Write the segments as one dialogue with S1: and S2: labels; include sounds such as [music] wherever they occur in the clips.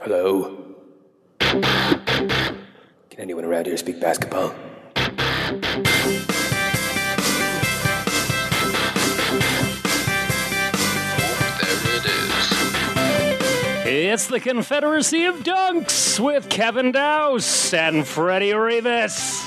S1: Hello? Can anyone around here speak basketball?
S2: There it is.
S3: It's the Confederacy of Dunks with Kevin Dowse and Freddie Rivas.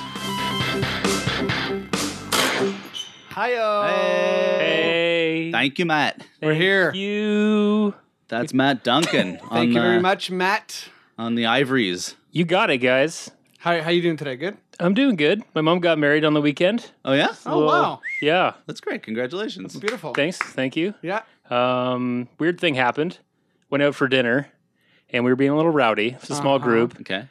S4: Hiyo.
S3: Hey,
S5: Thank you, Matt.
S4: We're here. Thank
S3: you.
S5: That's
S4: [laughs]
S5: Matt Duncan. on
S4: you very
S5: the-
S4: much, Matt.
S5: On the Ivories.
S3: You got it, guys.
S4: How how you doing today? Good.
S3: I'm doing good. My mom got married on the weekend.
S5: Oh yeah,
S4: Oh wow,
S3: Yeah.
S5: that's great. Congratulations.
S4: beautiful.
S3: Thanks. Thank you.
S4: yeah.
S3: Um, weird thing happened. Went out for dinner, and we were being a little rowdy. It's a small
S4: Uh-huh.
S3: group.
S5: Okay.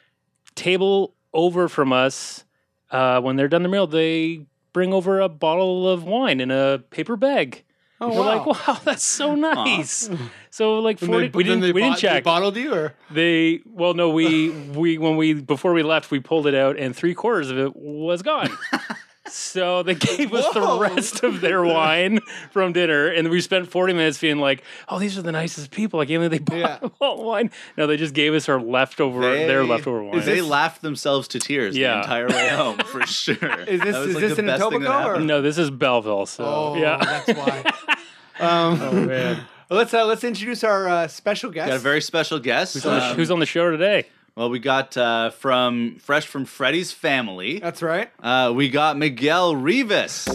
S3: table over from us, uh, when they're done the meal, they bring over a bottle of wine in a paper bag.
S4: Oh
S3: We're
S4: wow.
S3: like, wow, that's so nice. So like
S4: And
S3: forty,
S4: they-
S3: we
S4: then
S3: didn't
S4: they
S3: we didn't
S4: bot- they
S3: check.
S4: bottled you or
S3: They well, no, we we when we before we left, we pulled it out, and three quarters of it was gone.
S4: [laughs]
S3: So they gave us
S4: Whoa.
S3: the rest of their wine from dinner, and we spent forty minutes being like, "Oh, these are the nicest people." I can't believe they
S4: Yeah.
S3: [laughs] bought wine. No, they just gave us our leftover, their
S5: They-
S3: leftover wine.
S5: They laughed themselves to tears
S3: Yeah.
S5: the
S4: [laughs]
S5: entire way home, for sure.
S4: Is this- is this in Etobicoke, or-
S3: No, this is Belleville. So
S4: oh
S3: [laughs] yeah,
S4: that's why. Um, [laughs] Let's uh, let's introduce our uh, special guest.
S5: Got a very special guest.
S4: uh,
S3: [laughs]
S5: Um,
S3: who's on the show today?
S5: well, we got uh, from fresh from Freddy's family.
S4: That's right.
S5: Uh, we got Miguel Rivas.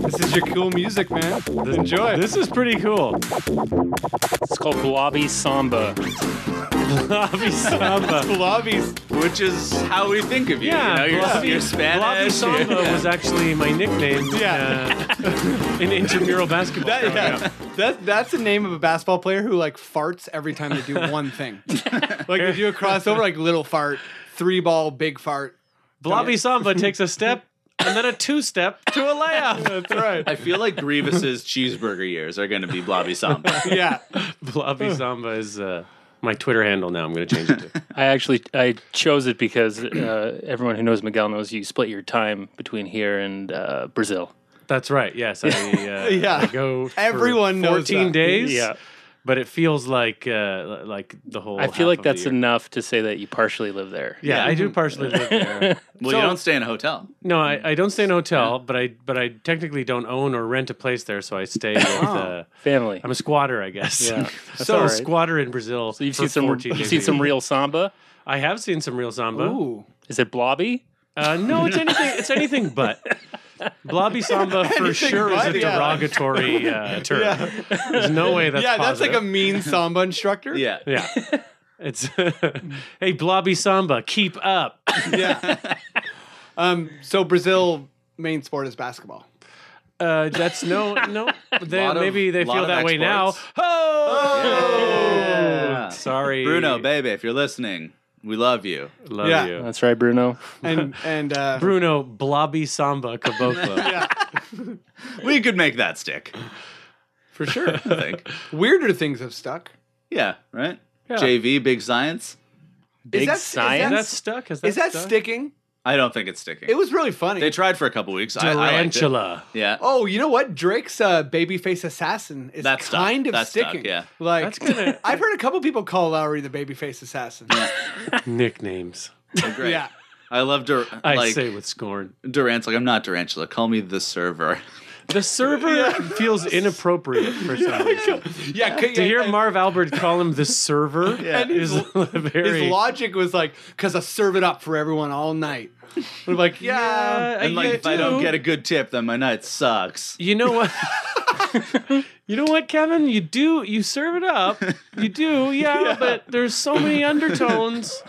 S4: This is your cool music, man. Enjoy.
S6: This is pretty cool.
S3: It's called Blobby Samba.
S6: [laughs] Blobby Samba.
S4: lobbies.
S5: Which is how we think of you.
S6: Yeah,
S5: you know, you're,
S6: Blobby-
S5: you're
S6: Blobby
S5: Spanish.
S6: Samba was actually my nickname yeah. uh, in intramural basketball.
S4: [laughs] That,
S6: growing
S4: yeah.
S6: up.
S4: That, that's the name of a basketball player who like farts every time they do one thing. like they do a crossover, like little fart, three ball, big fart.
S6: Blobby Samba takes a step and then a two step to a layup.
S4: [laughs] That's right.
S5: [laughs] I feel like Grievous's cheeseburger years are going to be
S4: [laughs]
S5: Blobby Samba.
S4: yeah.
S6: Blobby Samba is uh, my Twitter handle now. I'm going to change it to.
S3: I actually I chose it because uh, everyone who knows Miguel knows you split your time between here and uh, Brazil.
S6: That's right. Yes. I, uh,
S4: Yeah.
S6: I go. for
S4: Everyone knows
S6: 14
S4: that.
S6: days.
S3: Yeah.
S6: But it feels like uh, like the whole.
S3: I feel
S6: half
S3: like
S6: of the
S3: that's
S6: year.
S3: enough to say that you partially live there.
S6: Yeah, I do partially
S3: [laughs]
S6: live there.
S5: Well, you don't stay in a hotel.
S6: No, I, I don't stay in a hotel, but I but I technically don't own or rent a place there, so I stay with. Uh,
S3: Family.
S6: I'm a squatter, I guess. [laughs]
S3: Yeah, that's
S6: so
S3: all right.
S6: squatter in Brazil.
S3: so you've
S6: for
S3: seen some
S6: 14
S3: you've
S6: days
S3: seen
S6: a
S3: some
S6: year.
S3: real samba.
S6: I have seen some real samba.
S4: Ooh.
S3: Is it blobby?
S6: Uh, no, it's anything. It's anything but. Blobby samba for sure
S4: but,
S6: is a
S4: yeah.
S6: derogatory uh, term. There's no way that's.
S4: yeah, that's like a mean samba instructor.
S5: Yeah.
S6: like a. Yeah. It's [laughs] hey Blobby Samba, keep up.
S4: yeah. Um, so Brazil main sport is basketball.
S6: Uh, that's no no. They,
S5: Lot of-
S6: maybe they
S5: lot
S6: feel
S5: of
S6: that way now.
S5: exports.
S6: Oh,
S5: Yeah.
S6: sorry,
S5: Bruno, baby, if you're listening, we love you.
S6: Love
S4: Yeah.
S6: you.
S3: That's right, Bruno.
S4: And and uh,
S6: Bruno Blobby Samba Caboclo.
S5: We could make that stick.
S4: for sure,
S5: [laughs] I think.
S4: weirder things have stuck.
S5: Yeah, right? JV, big science.
S3: Big
S4: that- is
S3: science.
S6: That's stuck. Is that,
S4: Is that
S6: stuck?
S4: sticking?
S5: I don't think it's sticking.
S4: It was really funny.
S5: they tried for a couple weeks. I, I liked it.
S6: Tarantula.
S5: Yeah.
S4: oh, you know what? Drake's uh, babyface assassin is
S5: That's stuck.
S4: kind of
S5: That's stuck,
S4: sticking.
S5: yeah.
S4: like
S6: That's gonna-
S4: [laughs] I've heard a couple people call Lowry the babyface assassin. Yeah,
S6: Nicknames.
S5: Great. I love Dur-
S6: I
S5: like
S6: say with scorn.
S5: Durant's like, I'm not Durantula. Call me the server.
S6: The server
S4: [laughs]
S6: feels inappropriate for some reason.
S4: yeah.
S6: To hear Marv Albert call him
S4: [laughs]
S6: the server
S4: And
S6: is
S4: his-
S6: [laughs] very.
S4: his logic was like, "Cause I serve it up for everyone all night." I'm like, yeah.
S6: [laughs] Yeah,
S5: And like
S6: you
S5: if I don't
S6: do.
S5: get a good tip, then my night sucks.
S6: You know what? [laughs] you know what, Kevin? You do. You serve it up. You
S4: [laughs]
S6: do. Yeah, but there's so many undertones.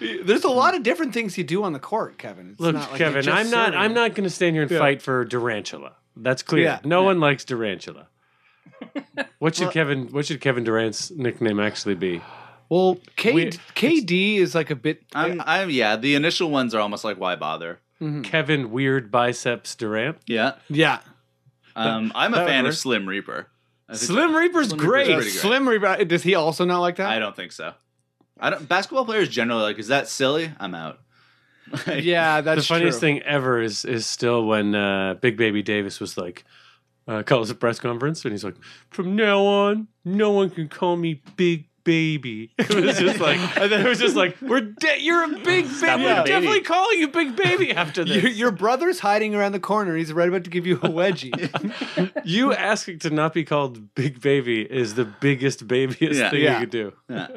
S4: There's a lot of different things you do on the court, Kevin. It's
S6: Look,
S4: not like you're
S6: Kevin,
S4: just
S6: I'm not.
S4: serving
S6: I'm
S4: it.
S6: not going to stand here and fight for Durantula. That's clear.
S4: Yeah.
S6: No one likes Durantula. What should Kevin? What should Kevin Durant's nickname actually be?
S4: Well, K-
S6: We-
S4: KD is like a bit.
S5: I'm, I'm yeah, the initial ones are almost like why bother?
S6: Kevin Weird Biceps Durant.
S5: Yeah.
S4: yeah.
S5: Um, I'm a
S6: That would
S5: fan of
S6: work.
S5: Slim Reaper. I think-
S6: Slim Reaper's
S5: Slim Reaper's
S6: great.
S5: pretty good.
S4: Slim Reaper. Does he also not like that?
S5: I don't think so. I don't basketball players generally like, is that silly? I'm out.
S4: [laughs]
S5: Like,
S4: Yeah, that's
S5: [laughs]
S6: the funniest
S4: true.
S6: thing ever is is still when uh, Big Baby Davis was like, "I uh, calls a press conference and he's like, "From now on, no one can call me Big Baby." [laughs] It was just like, and then it was just like, "We're de- you're a big baby.
S3: being a
S6: We're
S3: baby."
S6: definitely calling you Big Baby after [laughs]
S4: Your,
S6: this.
S4: your brother's hiding around the corner. He's right about to give you a wedgie.
S5: [laughs]
S6: you asking to not be called Big Baby is the biggest babyest
S5: Yeah.
S6: thing
S4: Yeah.
S6: you could do.
S5: Yeah.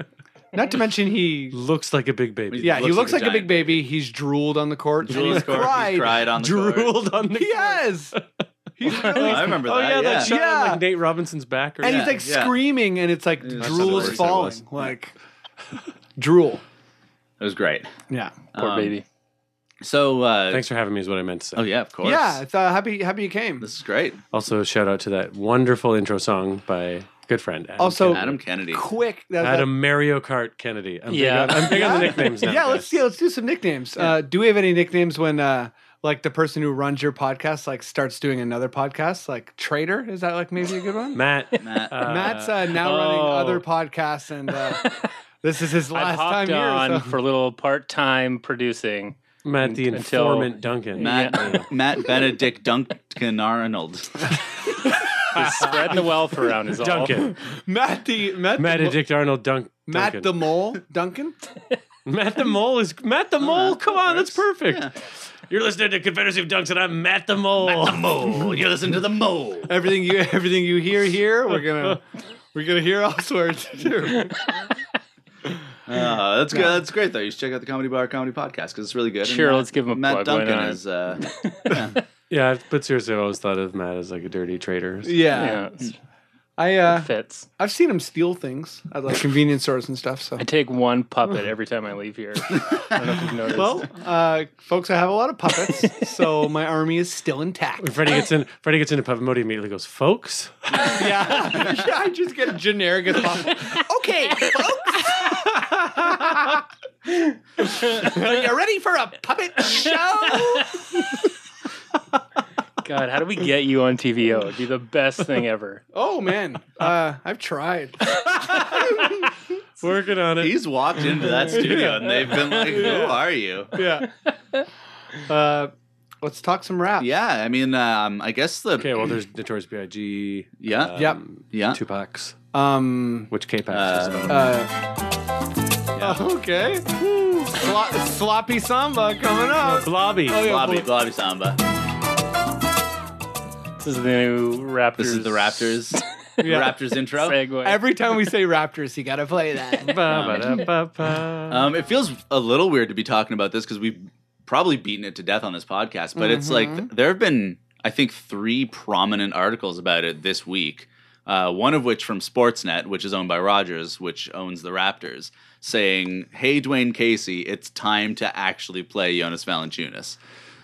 S4: Not to mention he.
S6: Looks like a big baby.
S4: Yeah, he looks like, a, big
S5: giant
S4: baby. He's drooled on the court. and
S5: Drooled
S4: he's
S5: on the court, he's
S4: cried.
S5: cried on the court.
S6: Drooled on
S4: [laughs]
S6: the.
S4: He has. He's
S5: Oh,
S4: really
S5: [laughs] I remember that.
S6: Oh yeah, that shot on,
S4: Yeah.
S6: like Nate Robinson's back. Or
S4: and
S5: Yeah,
S4: he's like
S5: yeah.
S4: screaming, and it's like
S5: that's
S4: drool
S5: the
S4: is
S5: worst I
S4: falling,
S5: was.
S4: like
S5: [laughs]
S4: drool.
S5: It was great.
S4: Yeah,
S3: Poor
S5: Um,
S3: baby.
S5: So, uh,
S6: Thanks for having me is what I meant to say.
S5: Oh yeah, of course.
S4: yeah. It's, uh, happy, happy you came.
S5: This is great.
S6: Also, shout out to that wonderful intro song by good friend Adam.
S4: Also-
S6: Kennedy.
S5: Adam Kennedy.
S4: Quick, that, that-
S6: Adam Mario Kart Kennedy. I'm
S3: Yeah.
S6: big on, I'm big on the nicknames
S4: [laughs]
S6: now.
S4: yeah,
S6: guys.
S4: let's yeah, let's do some nicknames. Uh, do we have any nicknames when uh, like the person who runs your podcast like starts doing another podcast? Like traitor is that like maybe a good one?
S6: Matt.
S5: Matt.
S6: [laughs] uh,
S4: Matt's uh, now
S6: oh.
S4: running other podcasts, and
S6: [laughs]
S4: uh, this is his
S3: I
S4: last
S3: hopped
S4: time
S3: on
S4: here. so-
S3: for a little part time [laughs] producing.
S6: Matt the
S3: Until-
S6: informant Duncan.
S5: Matt
S6: Yeah.
S5: [laughs] Matt Benedict Duncan Arnold.
S3: Just spreading the wealth around is all.
S6: [laughs] Duncan.
S4: [laughs] Matt the Matt
S6: Matt
S4: the,
S6: and Dick Arnold Dunk.
S4: Matt
S6: Duncan.
S4: the mole Duncan.
S6: [laughs] Matt the Mole is Oh, Matt the Mole. Come on, that's perfect. You're listening to Confederacy of Dunks, and I'm Matt the Mole.
S5: mole. You listen to the mole.
S4: everything you [laughs] everything you hear here, we're gonna we're gonna hear elsewhere too.
S5: [laughs] Uh, that's good. That's great though. You should check out the Comedy Bar Comedy Podcast because it's really good. And
S3: Sure,
S5: Matt-
S3: let's give him a
S5: Matt
S3: plug, why
S5: Duncan
S3: not?
S5: is. Uh,
S6: Yeah, I've- but seriously, I've always thought of Matt as like a dirty traitor.
S4: Yeah,
S3: Yeah, it
S4: I uh,
S3: fits.
S4: I've seen him steal things at like convenience stores and stuff. So
S3: I take one puppet every time I leave here. I don't know if you've noticed.
S4: [laughs] well, uh, folks, I have a lot of puppets, so my army is still intact.
S6: Freddie gets in. Freddie gets into puppet mode. He immediately goes, "Folks,
S4: [laughs] yeah, [laughs] yeah, I just get generic as possible. Okay, folks. [laughs] Are you ready for a puppet show?
S3: God, how do we get you on TVO? It'd be the best thing ever.
S4: Oh man, uh, I've tried.
S6: working on it."
S5: he's walked into that studio and they've been like, "Who are you?"
S4: Yeah. Uh, let's talk some rap.
S5: Yeah, I mean, um, I guess the
S6: Okay, well, there's Notorious B.I.G.
S5: yeah,
S4: Yep.
S6: um,
S5: yeah.
S6: Tupac's,
S4: Um.
S6: which K-Pax is
S5: Uh,
S6: about.
S4: Uh, Okay. Slo- sloppy samba coming up.
S6: Blobby.
S4: Oh, yeah.
S5: Blobby, Blobby Samba.
S3: This is the new Raptors.
S5: This is the Raptors.
S4: Yeah.
S5: Raptors intro.
S3: segue.
S4: Every time we say Raptors, you gotta play that.
S6: Ba-ba-da-ba-ba.
S5: Um, it feels a little weird to be talking about this because we've probably beaten it to death on this podcast, but it's like th-
S4: Mm-hmm.
S5: there have been, I think, three prominent articles about it this week. Uh, one of which from Sportsnet, which is owned by Rogers, which owns the Raptors, saying, "Hey, Dwayne Casey, it's time to actually play Jonas Valanciunas."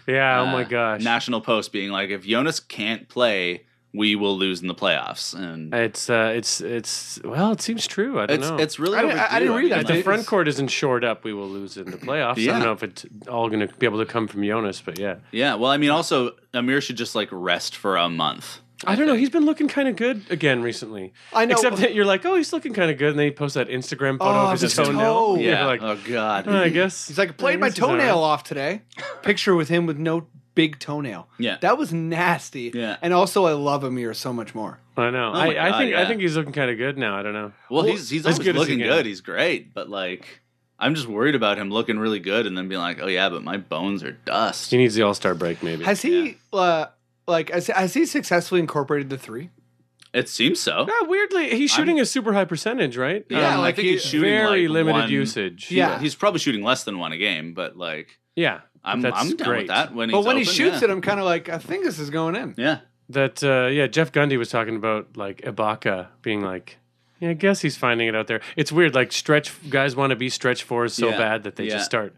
S6: yeah. oh my
S5: Uh,
S6: gosh.
S5: National Post being like, "If Jonas can't play, we will lose in the playoffs." And
S6: it's uh, it's it's well, it seems true. I don't
S5: it's
S6: know.
S5: it's really.
S4: I didn't- I- I didn't
S5: overdue.
S4: read
S5: mean,
S4: that.
S5: like-
S6: the front court isn't shored up. We will lose in the playoffs. I
S5: Yeah.
S6: don't know if it's all going to be able to come from Jonas, but yeah.
S5: Yeah, well, I mean, also Amir should just like rest for a month.
S6: I don't know. He's been looking kind of good again recently.
S4: I know.
S6: Except that you're like, oh, he's looking kind of good, and then he posts that Instagram photo
S4: Oh,
S6: of his,
S4: the
S6: toenail.
S4: toe.
S6: [laughs] You're
S5: Yeah.
S6: like,
S5: oh God.
S4: [laughs]
S6: "Oh, I
S4: [laughs]
S6: guess
S4: He's like, I played
S6: I
S4: my
S6: guess he's all right."
S4: toenail off today. Picture with him with no big toenail.
S5: Yeah.
S4: That was nasty.
S5: Yeah.
S4: And also, I love Amir so much more.
S6: I know.
S5: Oh my
S6: I, I
S5: God,
S6: think I
S5: yeah.
S6: think he's looking kind of good now. I don't know.
S5: well, he's he's
S6: as
S5: always
S6: good as he
S5: looking
S6: can.
S5: good. He's great, but like, I'm just worried about him looking really good and then being like, oh yeah, but my bones are dust.
S6: He needs the All Star break, maybe.
S4: Has he, uh, like, has, has he successfully incorporated the three?
S5: It seems so.
S6: Yeah, weirdly, he's shooting a super high percentage, right?
S5: Um,
S4: Yeah,
S5: I
S4: like
S5: think
S4: he-
S5: he's shooting
S6: very
S5: like,
S6: limited
S5: one-
S6: usage.
S4: Yeah.
S5: he's probably shooting less than one a game, but like,
S6: yeah.
S5: I'm
S6: That's
S5: I'm down
S6: great.
S5: with that. When
S4: But
S5: he's
S4: when he
S5: open,
S4: shoots
S5: yeah.
S4: it, I'm kind of like, I think this is going in.
S5: yeah,
S6: That uh, yeah, Jeff Gundy was talking about like Ibaka being like, yeah, I guess he's finding it out there. It's weird. Like stretch guys want to be stretch fours so
S5: Yeah.
S6: bad that they
S5: Yeah.
S6: just start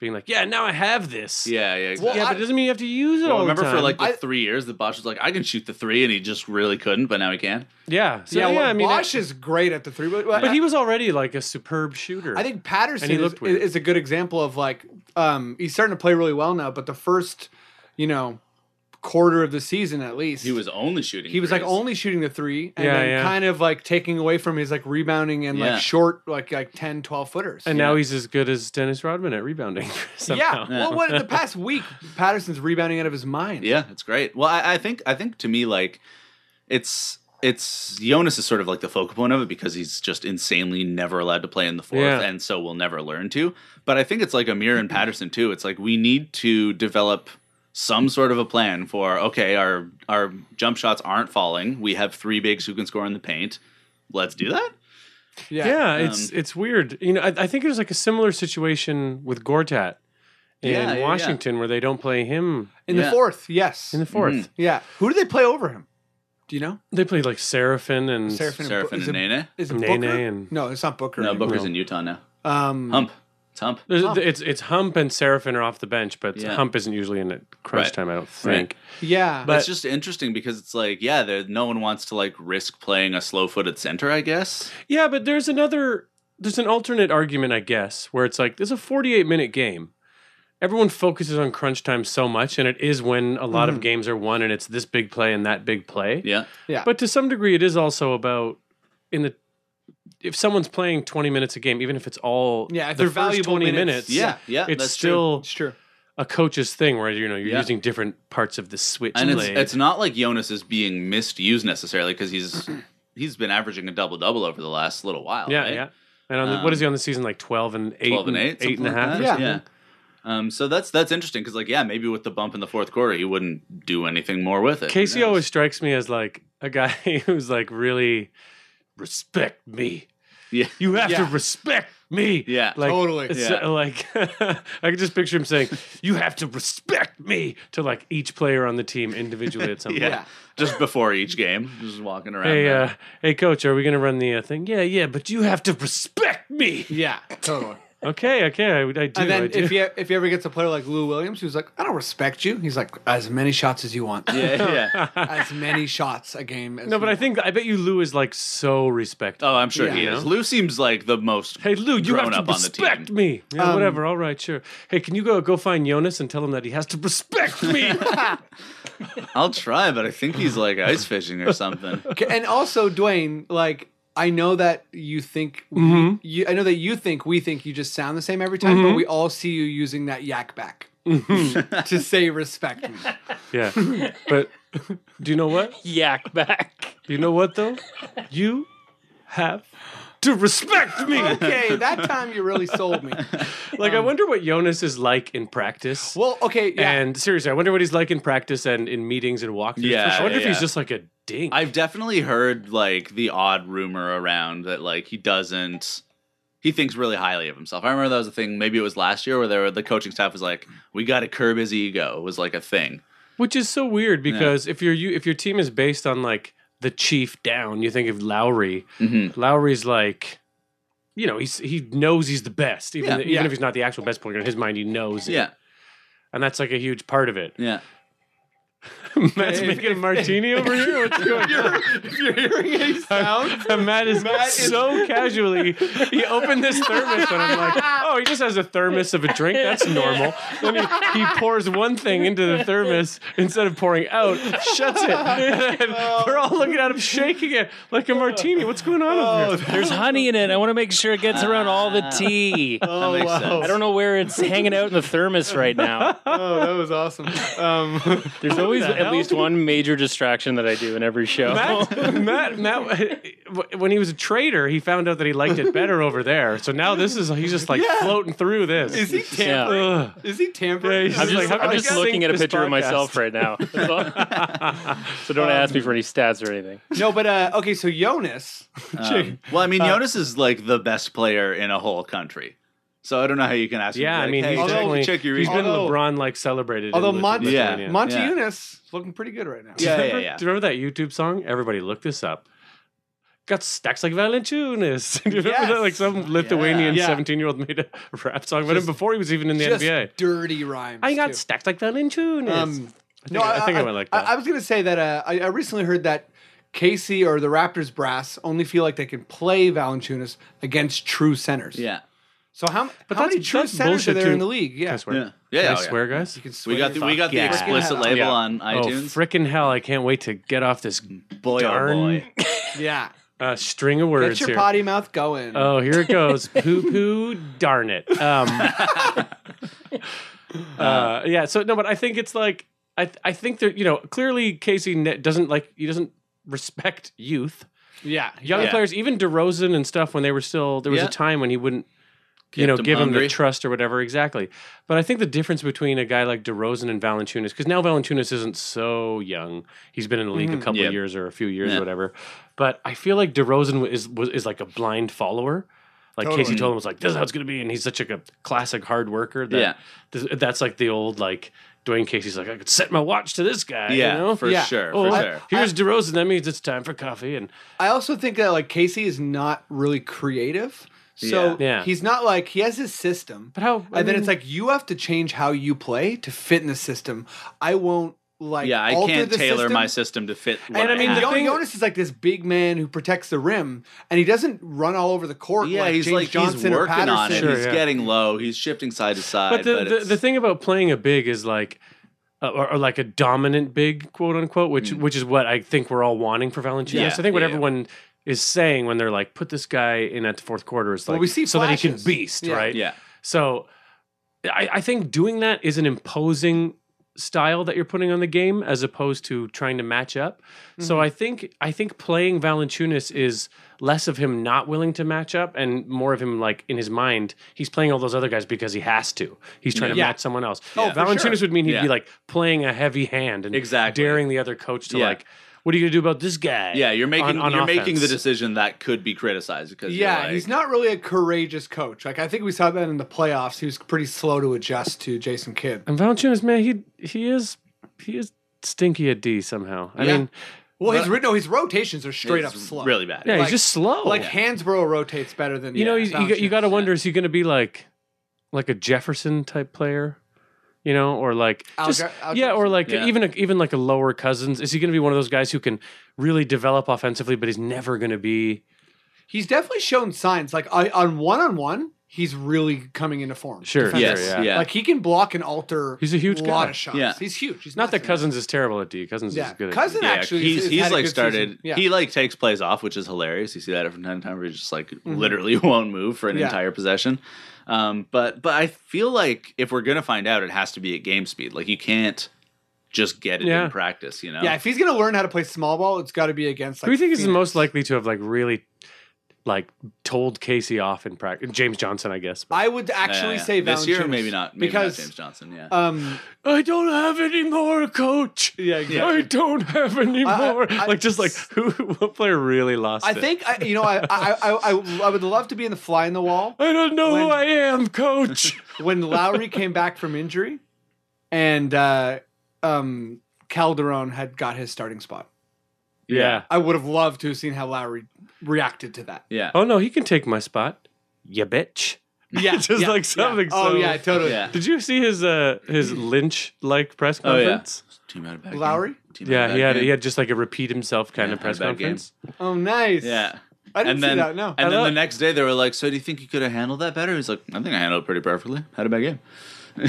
S6: being like, yeah, now I have this.
S5: yeah, yeah. Exactly.
S6: yeah, but it doesn't mean you have to use it
S5: Well,
S6: all
S5: remember
S6: the time.
S5: for like the
S4: I-
S5: three years, the Bosch was like, I can shoot the three, and he just really couldn't, but now he can.
S6: yeah, so, yeah,
S4: well,
S6: I mean, it-
S4: Bosch is great at the three, but,
S6: but he was already like a superb shooter.
S4: I think Patterson
S6: And he
S4: is,
S6: looked weird.
S4: is a good example of like um, he's starting to play really well now. But the first, you know, quarter of the season at least,
S5: He was only shooting.
S4: he was like
S5: threes.
S4: only shooting the three, and
S6: Yeah,
S4: then
S6: yeah.
S4: kind of like taking away from his like rebounding and
S5: Yeah.
S4: like short like like 10, 12 footers.
S6: and now he's as good as Dennis Rodman at rebounding. [laughs]
S4: yeah,
S6: somehow.
S4: well, what
S5: [laughs]
S4: the past week, Patterson's rebounding out of his mind.
S5: Yeah, it's great. Well, I, I think I think to me like it's it's Jonas is sort of like the focal point of it because he's just insanely never allowed to play in the fourth,
S6: Yeah.
S5: and so will never learn to. But I think it's like Amir and Patterson too. It's like we need to develop some sort of a plan for okay, our our jump shots aren't falling. We have three bigs who can score in the paint. Let's do that.
S4: Yeah.
S6: Yeah,
S5: um,
S6: it's it's weird. You know, I, I think there's like a similar situation with Gortat in
S5: Yeah, yeah, yeah.
S6: Washington where they don't play him
S4: In
S5: Yeah.
S4: the fourth, yes.
S6: in the 4th
S5: Mhm.
S4: yeah. Who do they play over him? Do you know?
S6: They played like Seraphin and
S4: Seraphin and,
S5: Seraphin
S4: is
S5: and
S4: it,
S5: Nene.
S4: is it
S6: Nene
S4: Booker?
S6: and-
S4: no, it's not Booker.
S5: No, Booker's
S6: No.
S5: in Utah now.
S4: Um,
S5: Hump. It's Hump.
S6: There's, It's it's Hump and Seraphin are off the bench, but
S5: Yeah.
S6: Hump isn't usually in at crunch
S5: Right.
S6: time. I don't think.
S4: Yeah.
S5: But it's just interesting because it's like, yeah, there no one wants to like risk playing a slow footed center, I guess.
S6: Yeah, but there's another there's an alternate argument, I guess, where it's like there's a 48 minute game. Everyone focuses on crunch time so much, and it is when a lot
S5: Mm-hmm.
S6: of games are won, and it's this big play and that big play.
S5: Yeah.
S6: But to some degree, it is also about in the if someone's playing 20 minutes a game, even if it's all
S4: Yeah, if
S6: the
S4: they're
S6: first
S4: valuable
S6: 20 minutes,
S4: minutes,
S5: Yeah. Yeah.
S6: it's
S5: that's true.
S6: still
S4: it's true.
S6: a coach's thing where you know you're
S5: Yeah.
S6: using different parts of the switch
S5: and it's,
S6: blade.
S5: it's not like Jonas is being misused necessarily because he's he's been averaging a double double over the last little while.
S6: yeah,
S5: right?
S6: yeah. And on the, what is he on the season like 12 and 8
S5: 12 and eight,
S6: eight and a
S5: something
S6: half?
S5: like
S6: or
S5: that.
S6: something?
S5: yeah. Um, so that's that's interesting because like yeah, maybe with the bump in the fourth quarter, he wouldn't do anything more with it. Who
S6: Casey
S5: knows?
S6: always strikes me as like a guy [laughs] who's like really respect me.
S5: Yeah.
S6: You have to
S4: Yeah.
S6: respect me.
S5: Yeah.
S6: Like,
S4: Totally.
S6: it's,
S5: Yeah.
S6: uh, like [laughs] I can just picture him saying, "You have to respect me" to like each player on the team individually at some
S5: [laughs] yeah.
S6: point.
S5: just before each game, just walking around.
S6: Hey, uh, hey, coach, are we gonna run the uh, thing? Yeah, yeah, but you have to respect me.
S5: [laughs]
S4: Yeah, totally.
S6: Okay, okay, I, I do.
S4: and
S6: I
S4: then
S6: do.
S4: if you if you ever gets a player like Lou Williams, who's like, I don't respect you. He's like, as many shots as you want.
S5: yeah, yeah.
S4: [laughs]
S6: [laughs]
S4: as many shots a game. As
S6: no, but
S4: you
S6: I think I bet you Lou is like so respectful.
S5: Oh, I'm sure
S4: Yeah.
S5: he
S6: You
S5: is.
S6: know?
S5: Lou seems like the most
S6: Hey Lou, you have
S5: grown
S6: to
S5: up on the team.
S6: respect me. Yeah,
S4: Um,
S6: whatever. All right, sure. Hey, can you go go find Jonas and tell him that he has to
S5: [laughs]
S6: respect me?
S5: I'll try, but I think he's like ice fishing or
S6: [laughs]
S5: something.
S4: Okay, and also Dwayne, like I know that you think we,
S6: Mhm.
S4: you, I know that you think we think you just sound the same every time,
S6: Mm-hmm.
S4: but we all see you using that yak back [laughs] to say respect me.
S6: [laughs] yeah, but [laughs] do you know what?
S3: Yak back.
S6: Do you know what though? You have to respect me.
S4: Okay, that time you really sold me.
S6: [laughs] Like I wonder what Jonas is like in practice.
S4: Well, okay, yeah.
S6: And seriously, I wonder what he's like in practice and in meetings and walkthroughs.
S5: Yeah,
S6: I wonder
S5: yeah,
S6: if he's
S5: yeah.
S6: just like a dink.
S5: I've definitely heard like the odd rumor around that like he doesn't he thinks really highly of himself. I remember that was a thing. Maybe it was last year where there were, the coaching staff was like, "We got to curb his ego." Was like a thing.
S6: Which is so weird because if your you, if your team is based on like the chief down, you think of Lowry.
S5: Mhm.
S6: Lowry's like, you know, he's he knows he's the best, even
S5: Yeah,
S6: th-
S4: yeah.
S6: even if he's not the actual best player in his mind, he knows. it.
S5: Yeah,
S6: and that's like a huge part of
S4: [laughs]
S6: it.
S5: yeah.
S6: Matt's making a martini over here. What's going on?
S4: if you're hearing
S6: [laughs]
S4: any sound,
S6: And Matt is
S4: Matt is-
S6: so casually. He opened this thermos, and
S4: [laughs]
S6: I'm like, "Oh, he just has a thermos of a drink. That's normal." Then he, he pours one thing into the thermos instead of pouring out, shuts it. [laughs] And we're all looking at him, shaking it like a martini. What's going on
S4: Oh,
S6: over here?
S3: There's honey in it. I want to make sure it gets around all
S6: Ah.
S3: the tea.
S6: Oh,
S5: That makes sense.
S3: I don't know where it's hanging out in the thermos right now.
S4: oh, that was awesome. Um,
S3: There's always
S6: the hell?
S3: at least one major distraction that I do in every show.
S6: [laughs] Matt, Matt, Matt, when he was a trader, he found out that he liked it better over there. So now this is, he's just like
S4: Yeah.
S6: floating through this.
S4: is he
S3: Yeah.
S4: tampering? [laughs] Is he
S6: Yeah,
S4: tampering?
S6: he's
S3: I'm
S6: It's
S3: just,
S6: like, how
S3: I'm
S6: can
S3: just
S6: I
S3: looking
S6: sync
S3: at a
S6: this
S3: picture of myself
S6: podcast?
S3: right
S6: [laughs]
S3: now. That's all. so don't ask me for any stats or anything.
S4: no, but uh, okay. So Jonas,
S5: Um, well, I mean,
S6: Uh,
S5: Jonas is like the best player in a whole country, so I don't know how you can ask. him to be
S6: Yeah, I
S5: like,
S6: mean,
S5: hey,
S6: he's
S5: check-
S6: definitely
S5: check your
S6: he's
S5: ego.
S6: been
S4: Although-
S6: LeBron like celebrated. in
S4: although
S6: Lit-
S4: Monty-
S5: Yeah.
S6: Lithuania.
S4: Monty
S5: Yeah.
S4: Eunice, is looking pretty good right now.
S5: Yeah,
S4: [laughs]
S6: do, you
S5: yeah,
S6: remember,
S5: yeah.
S6: do you remember that YouTube song? Everybody looked this up. Got stacks like Valanciunas. [laughs] do you remember
S4: Yes.
S6: that? Like some Lithuanian
S4: Yeah.
S6: seventeen-year-old made a [laughs] rap song about him
S4: Just-
S6: before he was even in the
S4: Just
S6: NBA.
S4: dirty rhymes.
S6: I got
S4: too.
S6: stacks like Valanciunas.
S4: Um,
S6: I think, I, think I went like that.
S4: I, was gonna say that uh, I, I recently heard that Casey or the Raptors brass only feel like they can play Valanciunas against true centers.
S5: Yeah,
S4: So how,
S6: But
S4: how
S6: that's-
S4: many true
S6: that's
S4: centers are
S6: bullshit,
S4: there in
S6: too.
S4: the league?
S6: Can I
S4: Yeah.
S6: swear.
S5: yeah,
S6: Can
S5: yeah.
S6: I
S5: oh, yeah.
S6: swear, guys.
S5: We got the we got the
S6: yeah.
S5: explicit
S4: Yeah.
S5: label
S3: Yeah.
S5: on
S6: Oh,
S5: iTunes.
S6: frickin' hell! I can't wait to get off this
S5: boy,
S6: darn
S5: oh boy.
S4: Yeah.
S6: uh, string of words
S4: Get your
S6: here.
S4: potty mouth going.
S6: Oh, here
S4: [laughs]
S6: it goes. poo poo, darn it. Um, uh, yeah. So no, but I think it's like I I think that you know clearly Casey ne- doesn't like he doesn't respect youth.
S4: Yeah.
S6: Young
S5: Yeah.
S6: players, even DeRozan and stuff, when they were still, there was
S5: Yeah.
S6: a time when he wouldn't, you
S5: Kept
S6: know,
S5: him
S6: give him
S5: hungry.
S6: the trust or whatever. Exactly. But I think the difference between a guy like DeRozan and Valanciunas, because now Valanciunas isn't so young. He's been in the league a couple
S5: Yeah.
S6: of years or a few years
S5: Mm-hmm. Yeah.
S6: or whatever. But I feel like DeRozan is was, is like a blind follower. Like Casey
S5: Totally.
S6: told him was like, this is how it's going to be. And he's such like a classic hard worker that
S5: Yeah.
S6: this, that's like the old, like, Dwayne Casey's like, I could set my watch to this guy.
S5: yeah,
S6: You know?
S5: for
S4: Yeah.
S5: sure,
S6: Oh,
S5: for
S6: I-
S5: sure.
S6: here's DeRozan. That means it's time for coffee. And
S4: I also think that like Casey is not really creative. So
S5: Yeah.
S6: Yeah.
S4: he's not like he has his system.
S6: But how-
S4: and
S6: I
S4: then
S6: mean-
S4: it's like you have to change how you play to fit in the system. I won't like
S5: yeah, I
S4: alter
S5: can't
S4: the
S5: tailor
S4: system.
S5: my system to fit. What
S4: And I mean,
S5: have.
S4: Yo-
S6: thing-
S4: Jonas is like this big man who protects the rim, and he doesn't run all over the court.
S5: yeah,
S4: like
S5: he's
S4: James
S5: like
S4: Johnson
S5: he's
S4: or
S5: working on it.
S4: Patterson.
S5: he's
S6: Sure, yeah.
S5: getting low. He's shifting side to side.
S6: but
S5: But,
S6: the, the,
S5: it's-
S6: the thing about playing a big is like uh, or, or like a dominant big quote unquote which which is what i think we're all wanting for Valanciunas.
S5: Mm. Yeah,
S6: i think what
S5: yeah.
S6: everyone is saying when they're like put this guy in at the fourth quarter is like
S4: Well, we see
S6: so that he can
S4: flashes.
S6: beast
S4: Yeah.
S6: right
S5: yeah,
S6: so I, I think doing that is an imposing style that you're putting on the game as opposed to trying to match up. So I think I think playing Valanciunas is less of him not willing to match up and more of him like in his mind he's playing all those other guys because he has to. He's trying to
S4: Yeah.
S6: match someone else.
S5: Oh,
S6: Oh,
S5: Yeah. for
S6: Valanciunas would mean he'd
S5: Yeah.
S6: be like playing a heavy hand and
S5: Exactly.
S6: daring the other coach to
S5: Yeah.
S6: like what are you going to do about this guy?
S5: yeah, you're making
S6: on- on
S5: you're making the
S6: offense?
S5: decision that could be criticized because you're
S4: Yeah,
S5: like-
S4: he's not really a courageous coach. Like I think we saw that in the playoffs. He was pretty slow to adjust to Jason Kidd.
S6: And Valanciunas man he he is he is stinky at D somehow. I
S5: Yeah.
S6: mean
S4: Well, his ro- no, his rotations are straight up
S5: it's
S4: slow.
S5: really bad.
S6: yeah,
S4: Like-
S6: he's just slow.
S4: Like Hansborough rotates better than
S6: you know you, you, got- you
S4: Valanciunas.
S6: got to wonder is he going to be like like a Jefferson type player you know or like
S4: Al
S6: just,
S4: Jer- Al
S6: yeah or
S4: Jefferson.
S6: like
S5: Yeah.
S6: even a, even like a lower cousins is he going to be one of those guys who can really develop offensively but he's never going to be
S4: He's definitely shown signs. Like I, on one on one, he's really coming into form.
S6: sure
S4: defensively.
S5: Yes,
S6: sure, yeah.
S5: yeah.
S4: Like he can block and alter.
S6: He's a huge
S4: lot
S6: guy.
S4: of shots.
S5: Yeah.
S4: he's huge. He's
S6: not that
S4: massive.
S6: cousins is terrible at D cousins
S4: Yeah,
S6: is good at
S4: cousin
S6: D.
S5: Yeah,
S4: actually
S5: he's
S4: has
S5: he's,
S4: had a
S5: like
S4: good
S5: started.
S4: season. Yeah.
S5: He like takes plays off, which is hilarious. You see that from time to time, where he just like literally [laughs] won't move for an
S4: Mm-hmm. Yeah.
S5: entire possession. Um, but but I feel like if we're gonna find out, it has to be at game speed. Like you can't just get it
S6: Yeah.
S5: in practice. You know.
S4: Yeah, if he's gonna learn how to play small ball, it's got to be against. Like,
S6: who do you think is
S4: Phoenix.
S6: most likely to have like really like told Casey off in practice James Johnson I guess but.
S4: I would actually
S5: Yeah, yeah.
S4: say
S5: this year,
S4: Valanciunas,
S5: maybe not. Maybe
S4: because
S5: not James Johnson. Yeah. [laughs]
S4: um,
S6: I don't have any more coach
S4: yeah,
S6: I don't have any
S4: I-
S6: more.
S4: I-
S6: like, just like who, [laughs] what player really lost?
S4: I
S6: it?
S4: think I, you know I, I I I I would love to be in the fly in the wall
S6: I don't know who
S4: When-
S6: I am, [laughs] coach.
S4: when Lowry came back from injury, and uh, um, Calderon had got his starting spot.
S6: yeah.
S4: I would have loved to have seen how Lowry reacted to that.
S5: yeah.
S6: Oh no, he can take my spot. Yeah, bitch.
S4: [laughs] Yeah,
S6: Just like something
S4: Oh
S6: so-
S4: yeah, totally.
S5: Yeah.
S6: Did you see his uh his Lynch like press
S5: Oh, yeah.
S6: conference?
S5: Team out of back
S4: Lowry?
S5: game. Team out of
S6: yeah.
S5: back
S6: he had
S5: game.
S6: he had just like a repeat himself kind
S5: Yeah,
S6: of press
S5: had a bad game.
S6: conference.
S4: Oh nice.
S5: Yeah.
S4: I didn't
S5: and
S4: see
S5: then,
S4: that. No.
S5: and
S6: I
S5: then the
S6: love-
S5: next day they were like, "So do you think you could have handled that better?" He's like, "I think I handled it pretty perfectly. Had a bad game."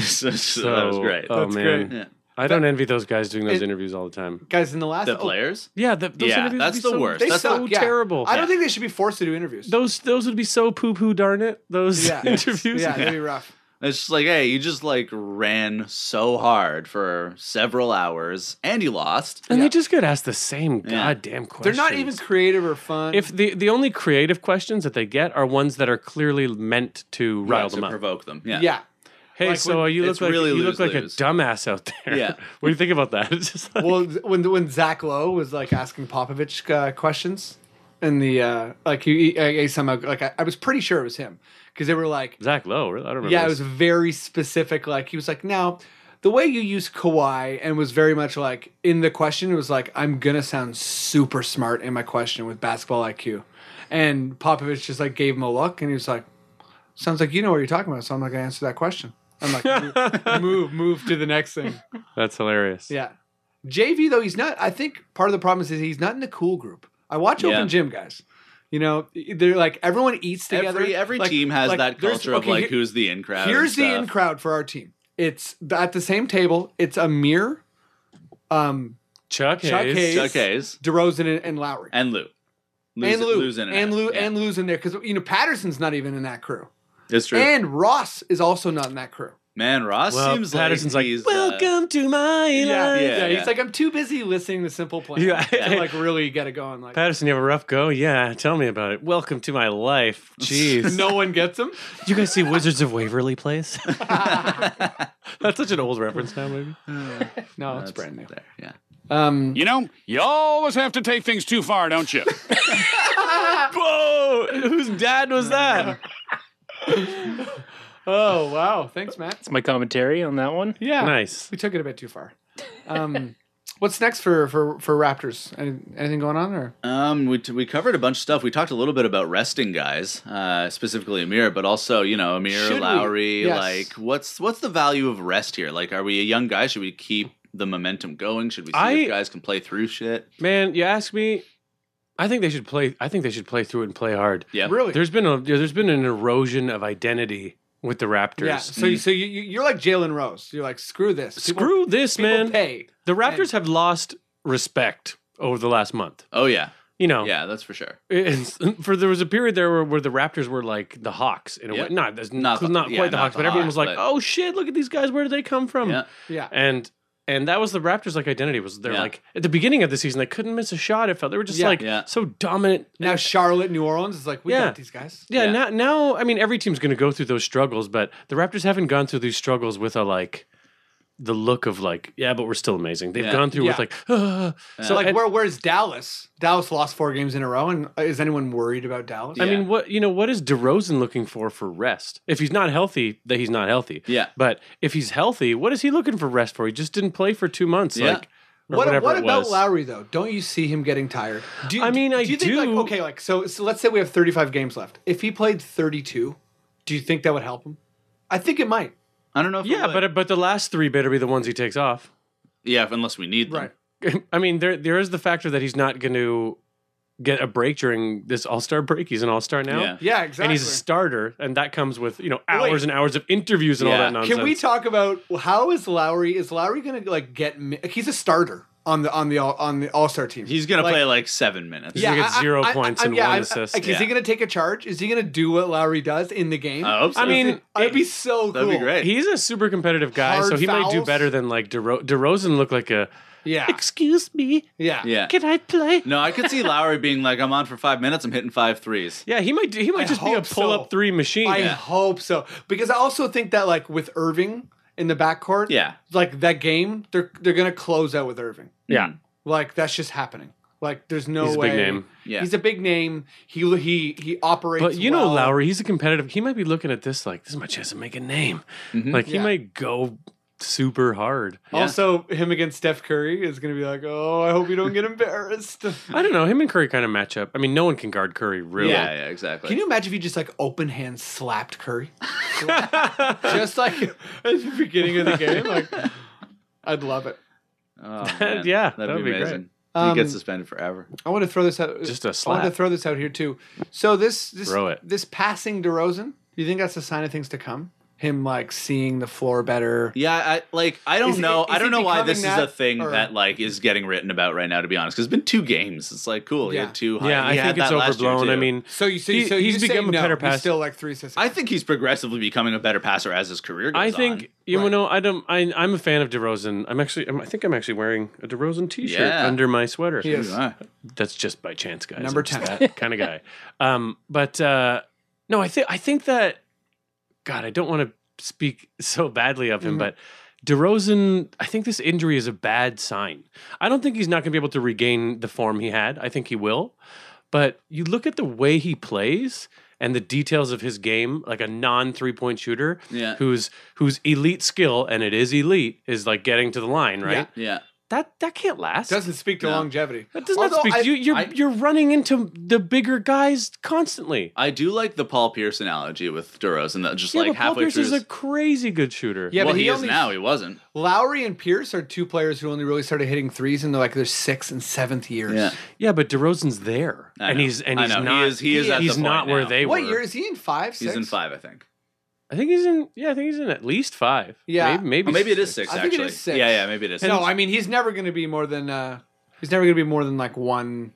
S5: [laughs] so, so [laughs] that was
S6: So,
S5: great.
S6: Oh
S4: That's
S6: man,
S4: great.
S5: yeah.
S6: I don't envy those guys doing those
S4: It-
S6: interviews all the time.
S4: Guys, in the last
S5: The
S4: oh,
S5: players.
S6: Yeah, the, those
S5: Yeah,
S6: interviews would
S5: that's
S6: be
S5: the
S6: so-
S5: worst.
S6: They
S5: That's
S6: so
S4: suck, yeah.
S6: terrible.
S4: I don't think they should be forced to do interviews.
S6: those those would be so poo poo. Darn it, those
S5: [laughs]
S4: yeah.
S6: [laughs] interviews.
S4: Yeah, that'd be rough.
S5: It's just like, hey, you just like ran so hard for several hours and you lost.
S6: And
S4: Yeah.
S6: they just get asked the same
S5: Yeah.
S6: goddamn questions.
S4: They're not even creative or fun.
S6: If the the only creative questions that they get are ones that are clearly meant to rile
S5: Right,
S6: them
S5: to
S6: up.
S5: provoke them. Yeah.
S4: yeah.
S6: Hey,
S4: Like
S6: so you look
S5: it's
S6: like
S5: really
S6: you look like a
S5: lose-lose.
S6: dumbass out there.
S5: Yeah.
S6: [laughs] what do you think about that? [laughs] It's just like,
S4: Well, th- when when Zach Lowe was like asking Popovich uh, questions, and the uh, like he, he, I- I somehow like I, I was pretty sure it was him because they were like,
S6: Zach Lowe. Really? I don't remember.
S4: yeah, it
S6: this.
S4: was very specific. Like he was like, now the way you use Kawhi and was very much like in the question it was like, I'm gonna sound super smart in my question with basketball IQ, and Popovich just like gave him a look and he was like, sounds like you know what you're talking about, so I'm not gonna answer that question. I'm like,
S6: [laughs]
S4: "Mo- move, move to the next thing.
S6: that's hilarious.
S4: Yeah. JV though he's not. I think part of the problem is that he's not in the cool group. I watch
S5: Yeah.
S4: open gym guys. You know, they're like everyone eats together.
S5: Every every
S4: Like-
S5: team has
S4: like,
S5: that
S4: there's-
S5: culture of
S4: okay,
S5: like
S4: here-
S5: who's the in crowd. and
S4: Here's the in
S5: stuff.
S4: crowd for our team. It's at the same table. It's Amir, um,
S6: Chuck Hayes.
S4: Chuck Hayes.
S5: Chuck Hayes
S4: DeRozan, and, and Lowry,
S5: and Lou. Lou's,
S4: and Lou,
S5: Lou's in it.
S4: and Lou,
S5: Yeah.
S4: and Lou's in there because you know Patterson's not even in that crew,
S5: It's true.
S4: and Ross is also not in that crew.
S5: Man, Ross
S6: Well,
S5: seems
S6: Patterson's
S5: like
S6: like,
S5: he's uh, [laughs]
S6: welcome to my
S4: Yeah, yeah,
S6: life.
S5: yeah, yeah.
S4: He's like, I'm too busy listening to Simple [laughs] Plan.
S5: [laughs]
S6: Yeah. [laughs]
S4: to, like really get it going. Like,
S6: Patterson, you have a rough go? Yeah, tell me about it. Welcome to my life. Jeez.
S4: no one gets him.
S6: Did [laughs] you guys see Wizards of Waverly Place? [laughs] That's such an old reference now, maybe.
S4: No,
S5: that's
S4: it's brand new.
S5: There, yeah.
S4: Um,
S7: You know, you always have to take things too far, don't you?
S6: Whoa! Whose dad was that?
S4: oh wow, thanks, Matt.
S3: my commentary on that one.
S4: Yeah,
S6: Nice.
S4: we took it a bit too far. Um, [laughs] what's next for for for Raptors? Any, anything going on or?
S5: Um, we, t- we covered a bunch of stuff. We talked a little bit about resting guys, uh, specifically Amir, but also you know Amir
S4: Should we?
S5: Lowry.
S4: Yes.
S5: Like, what's what's the value of rest here? Like, are we a young guy? Should we keep the momentum going? Should we see
S6: I-
S5: if guys can play through shit?
S6: Man, you ask me. I think they should play. I think they should play through it and play hard.
S5: Yeah,
S4: Really?
S6: There's been a there's been an erosion of identity with the Raptors.
S4: yeah. So you so you you- you're like Jalen Rose. You're like screw this. People-
S6: Screw this,
S4: people
S6: man.
S4: Pay.
S6: The Raptors have lost respect over the last month.
S5: Oh yeah,
S6: You know,
S5: yeah, that's for sure.
S6: [laughs] It's, for there was a period there where, where the Raptors were like the Hawks in a
S5: Yeah.
S6: way. Not that's
S5: Not
S6: not,
S5: the-
S6: not
S5: yeah,
S6: quite the
S5: not
S6: Hawks,
S5: the
S6: but everyone
S5: Hawks,
S6: was like,
S5: but-
S6: "Oh shit, look at these guys. Where did they come from?"
S5: Yeah,
S4: Yeah.
S6: And and that was the Raptors' like identity was they're
S5: Yeah.
S6: like at the beginning of the season they couldn't miss a shot. It felt they were just
S4: Yeah.
S6: like
S5: Yeah.
S6: so dominant.
S4: Now Charlotte, New Orleans is like we
S6: Yeah.
S4: got these guys.
S6: Yeah,
S5: Yeah.
S6: Now, now I mean every team's going to go through those struggles, but the Raptors haven't gone through these struggles with a like the look of like yeah, but we're still amazing. They've
S5: Yeah.
S6: gone through
S4: Yeah.
S6: with like [sighs] ah.
S4: So like
S6: and-
S4: where where's Dallas? Dallas lost four games in a row, and uh, is anyone worried about Dallas?
S6: I mean, what you know, what is DeRozan looking for for rest? If he's not healthy, that he's not healthy.
S5: Yeah.
S6: But if he's healthy, what is he looking for rest for? He just didn't play for two months.
S5: Yeah.
S6: Like,
S4: What,
S6: or whatever
S4: what
S6: it
S4: about
S6: was.
S4: Lowry though? Don't you see him getting tired? Do you,
S6: I mean, I
S4: you Think, like,
S6: do.
S4: okay, like so, so. Let's say we have 35 games left. If he played 32, do you think that would help him? I think it might.
S5: I don't know. If it
S6: Yeah,
S5: would.
S6: but but the last three better be the ones he takes off. [laughs]
S5: yeah, if- unless we need them.
S4: Right.
S6: I mean, there there is the factor that he's not going to get a break during this All Star break. He's an All Star now,
S5: Yeah.
S4: Yeah, exactly.
S6: and he's a starter, and that comes with you know hours
S4: Wait.
S6: and hours of interviews and all
S5: Yeah.
S6: that nonsense.
S4: Can we talk about how is Lowry? Is Lowry going to like get? mi- Like, he's a starter on the on the all- on the All Star team.
S5: He's gonna
S4: Like-
S5: play like seven minutes.
S6: He's gonna get
S4: I- I-
S6: zero
S4: I-
S6: points
S4: I'm-
S6: and
S4: yeah,
S6: one
S4: I'm-
S6: assist.
S4: Like, Is he
S5: Yeah.
S4: going to take a charge? Is he going to do what Lowry does in the game?
S5: I hope so.
S6: Oh. I mean,
S4: That'd be so cool.
S5: that'd be great.
S6: He's a super competitive guy,
S4: Hard
S6: so he might do
S4: fouls.
S6: better than like DeRo- DeRozan looked like a
S4: Yeah,
S6: excuse me,
S4: yeah,
S5: yeah.
S6: can I play?
S5: No, I could see Lowry being like, I'm on for five minutes. I'm hitting five threes.
S6: Yeah, he might. do- He might
S4: I
S6: just be a
S4: hope so.
S6: pull up three machine.
S4: I
S6: Yeah.
S4: hope so because I also think that like with Irving in the backcourt,
S5: Yeah.
S4: like that game, they're they're gonna close out with Irving. Mm-hmm.
S6: Yeah.
S4: Like that's just happening. Like there's no
S6: He's a
S4: way.
S6: big name.
S5: Yeah.
S4: He's a big name. He he he operates.
S6: But you know,
S4: well.
S6: Lowry, he's a competitive. He might be looking at this like this is my chance to make a name. Like he
S4: Yeah.
S6: might go super hard.
S5: Yeah.
S4: Also, him against Steph Curry is gonna be like, oh, I hope you don't get
S6: [laughs]
S4: embarrassed. Can
S6: I don't know. Him and Curry kind of match up. I mean, no one can guard Curry really.
S5: Yeah, yeah, exactly.
S4: you imagine if you just like open hand slapped
S6: [laughs]
S4: Curry, just like [laughs] at the beginning of the game? Like, I'd love it. [laughs]
S5: Oh,
S6: That-
S5: man.
S6: yeah,
S5: that'd,
S6: that would
S5: be
S6: be great.
S5: amazing.
S4: Um,
S5: he gets suspended forever.
S4: I want to throw this out. uh,
S6: Just
S4: I
S6: a
S4: want to
S6: slap.
S4: throw this out here too. So this this
S6: Throw it.
S4: this passing DeRozan. Do you think that's a sign of things to come? Him like seeing the floor better.
S5: Yeah, I like. I don't
S4: Is it-
S5: know.
S4: is
S5: I don't
S4: it
S5: know why
S4: becoming
S5: this is
S4: that,
S5: a thing
S4: or-
S5: that like is getting written about right now. To be honest, because it's been two games. It's like cool. Yeah,
S4: Yeah.
S5: had two. High,
S6: yeah, I
S5: he had
S6: think it's
S5: that last year,
S6: overblown. I
S5: too.
S6: mean,
S4: So you so,
S6: He-
S4: so
S6: he's
S4: you
S6: become
S4: say
S6: a
S4: no,
S6: better
S4: he's
S6: passer.
S4: Still like three assists.
S5: I think he's progressively becoming a better passer as his career. goes
S6: I think
S5: on.
S6: you know. I don't. I, I'm a fan of DeRozan. I'm actually. I'm, I think I'm actually wearing a DeRozan T-shirt
S5: Yeah.
S6: under my sweater.
S4: He is.
S5: Ah,
S6: that's just by chance, guys.
S4: Number
S6: I'm just
S4: 10.
S6: that kind
S4: [laughs]
S6: of guy. Um, but uh, no, I think I think that God, I don't want to speak so badly of him,
S4: Mm-hmm.
S6: but DeRozan, I think this injury is a bad sign. I don't think he's not going to be able to regain the form he had. I think he will, but you look at the way he plays and the details of his game, like a non three point shooter,
S5: Yeah.
S6: whose whose elite skill and it is elite is like getting to the line, right?
S5: yeah.
S6: That that can't last.
S4: doesn't speak to
S5: No.
S4: longevity.
S6: That does
S4: Although
S6: not speak.
S4: I-
S6: you, you're
S5: I-
S6: you're running into the bigger guys constantly.
S5: I do like the Paul Pierce analogy with DeRozan. That just
S6: yeah,
S5: like
S6: but Paul
S5: halfway
S6: Pierce
S5: through.
S6: is
S5: his-
S6: a crazy good shooter.
S4: Yeah,
S5: well,
S4: but
S5: he,
S4: he,
S5: is
S4: only,
S5: now. He wasn't.
S4: Lowry and Pierce are two players who only really started hitting threes in their like their sixth and seventh years.
S5: Yeah.
S6: yeah, but DeRozan's there,
S5: I
S6: and
S5: know.
S6: he's and
S5: I
S6: he's
S5: know. He
S6: not.
S5: is- he is
S6: He's
S5: at the point
S6: not where
S5: now.
S6: they
S4: What
S6: were.
S4: year is he in? Five. Six?
S5: He's in five, I think.
S6: I think he's in. Yeah, I think he's in at least five.
S4: Yeah.
S6: maybe maybe,
S5: Or maybe it is six.
S4: I
S5: actually,
S4: think it is six.
S5: yeah, yeah, maybe it is.
S4: No, I mean he's never going to be more than uh he's never going to be more than like one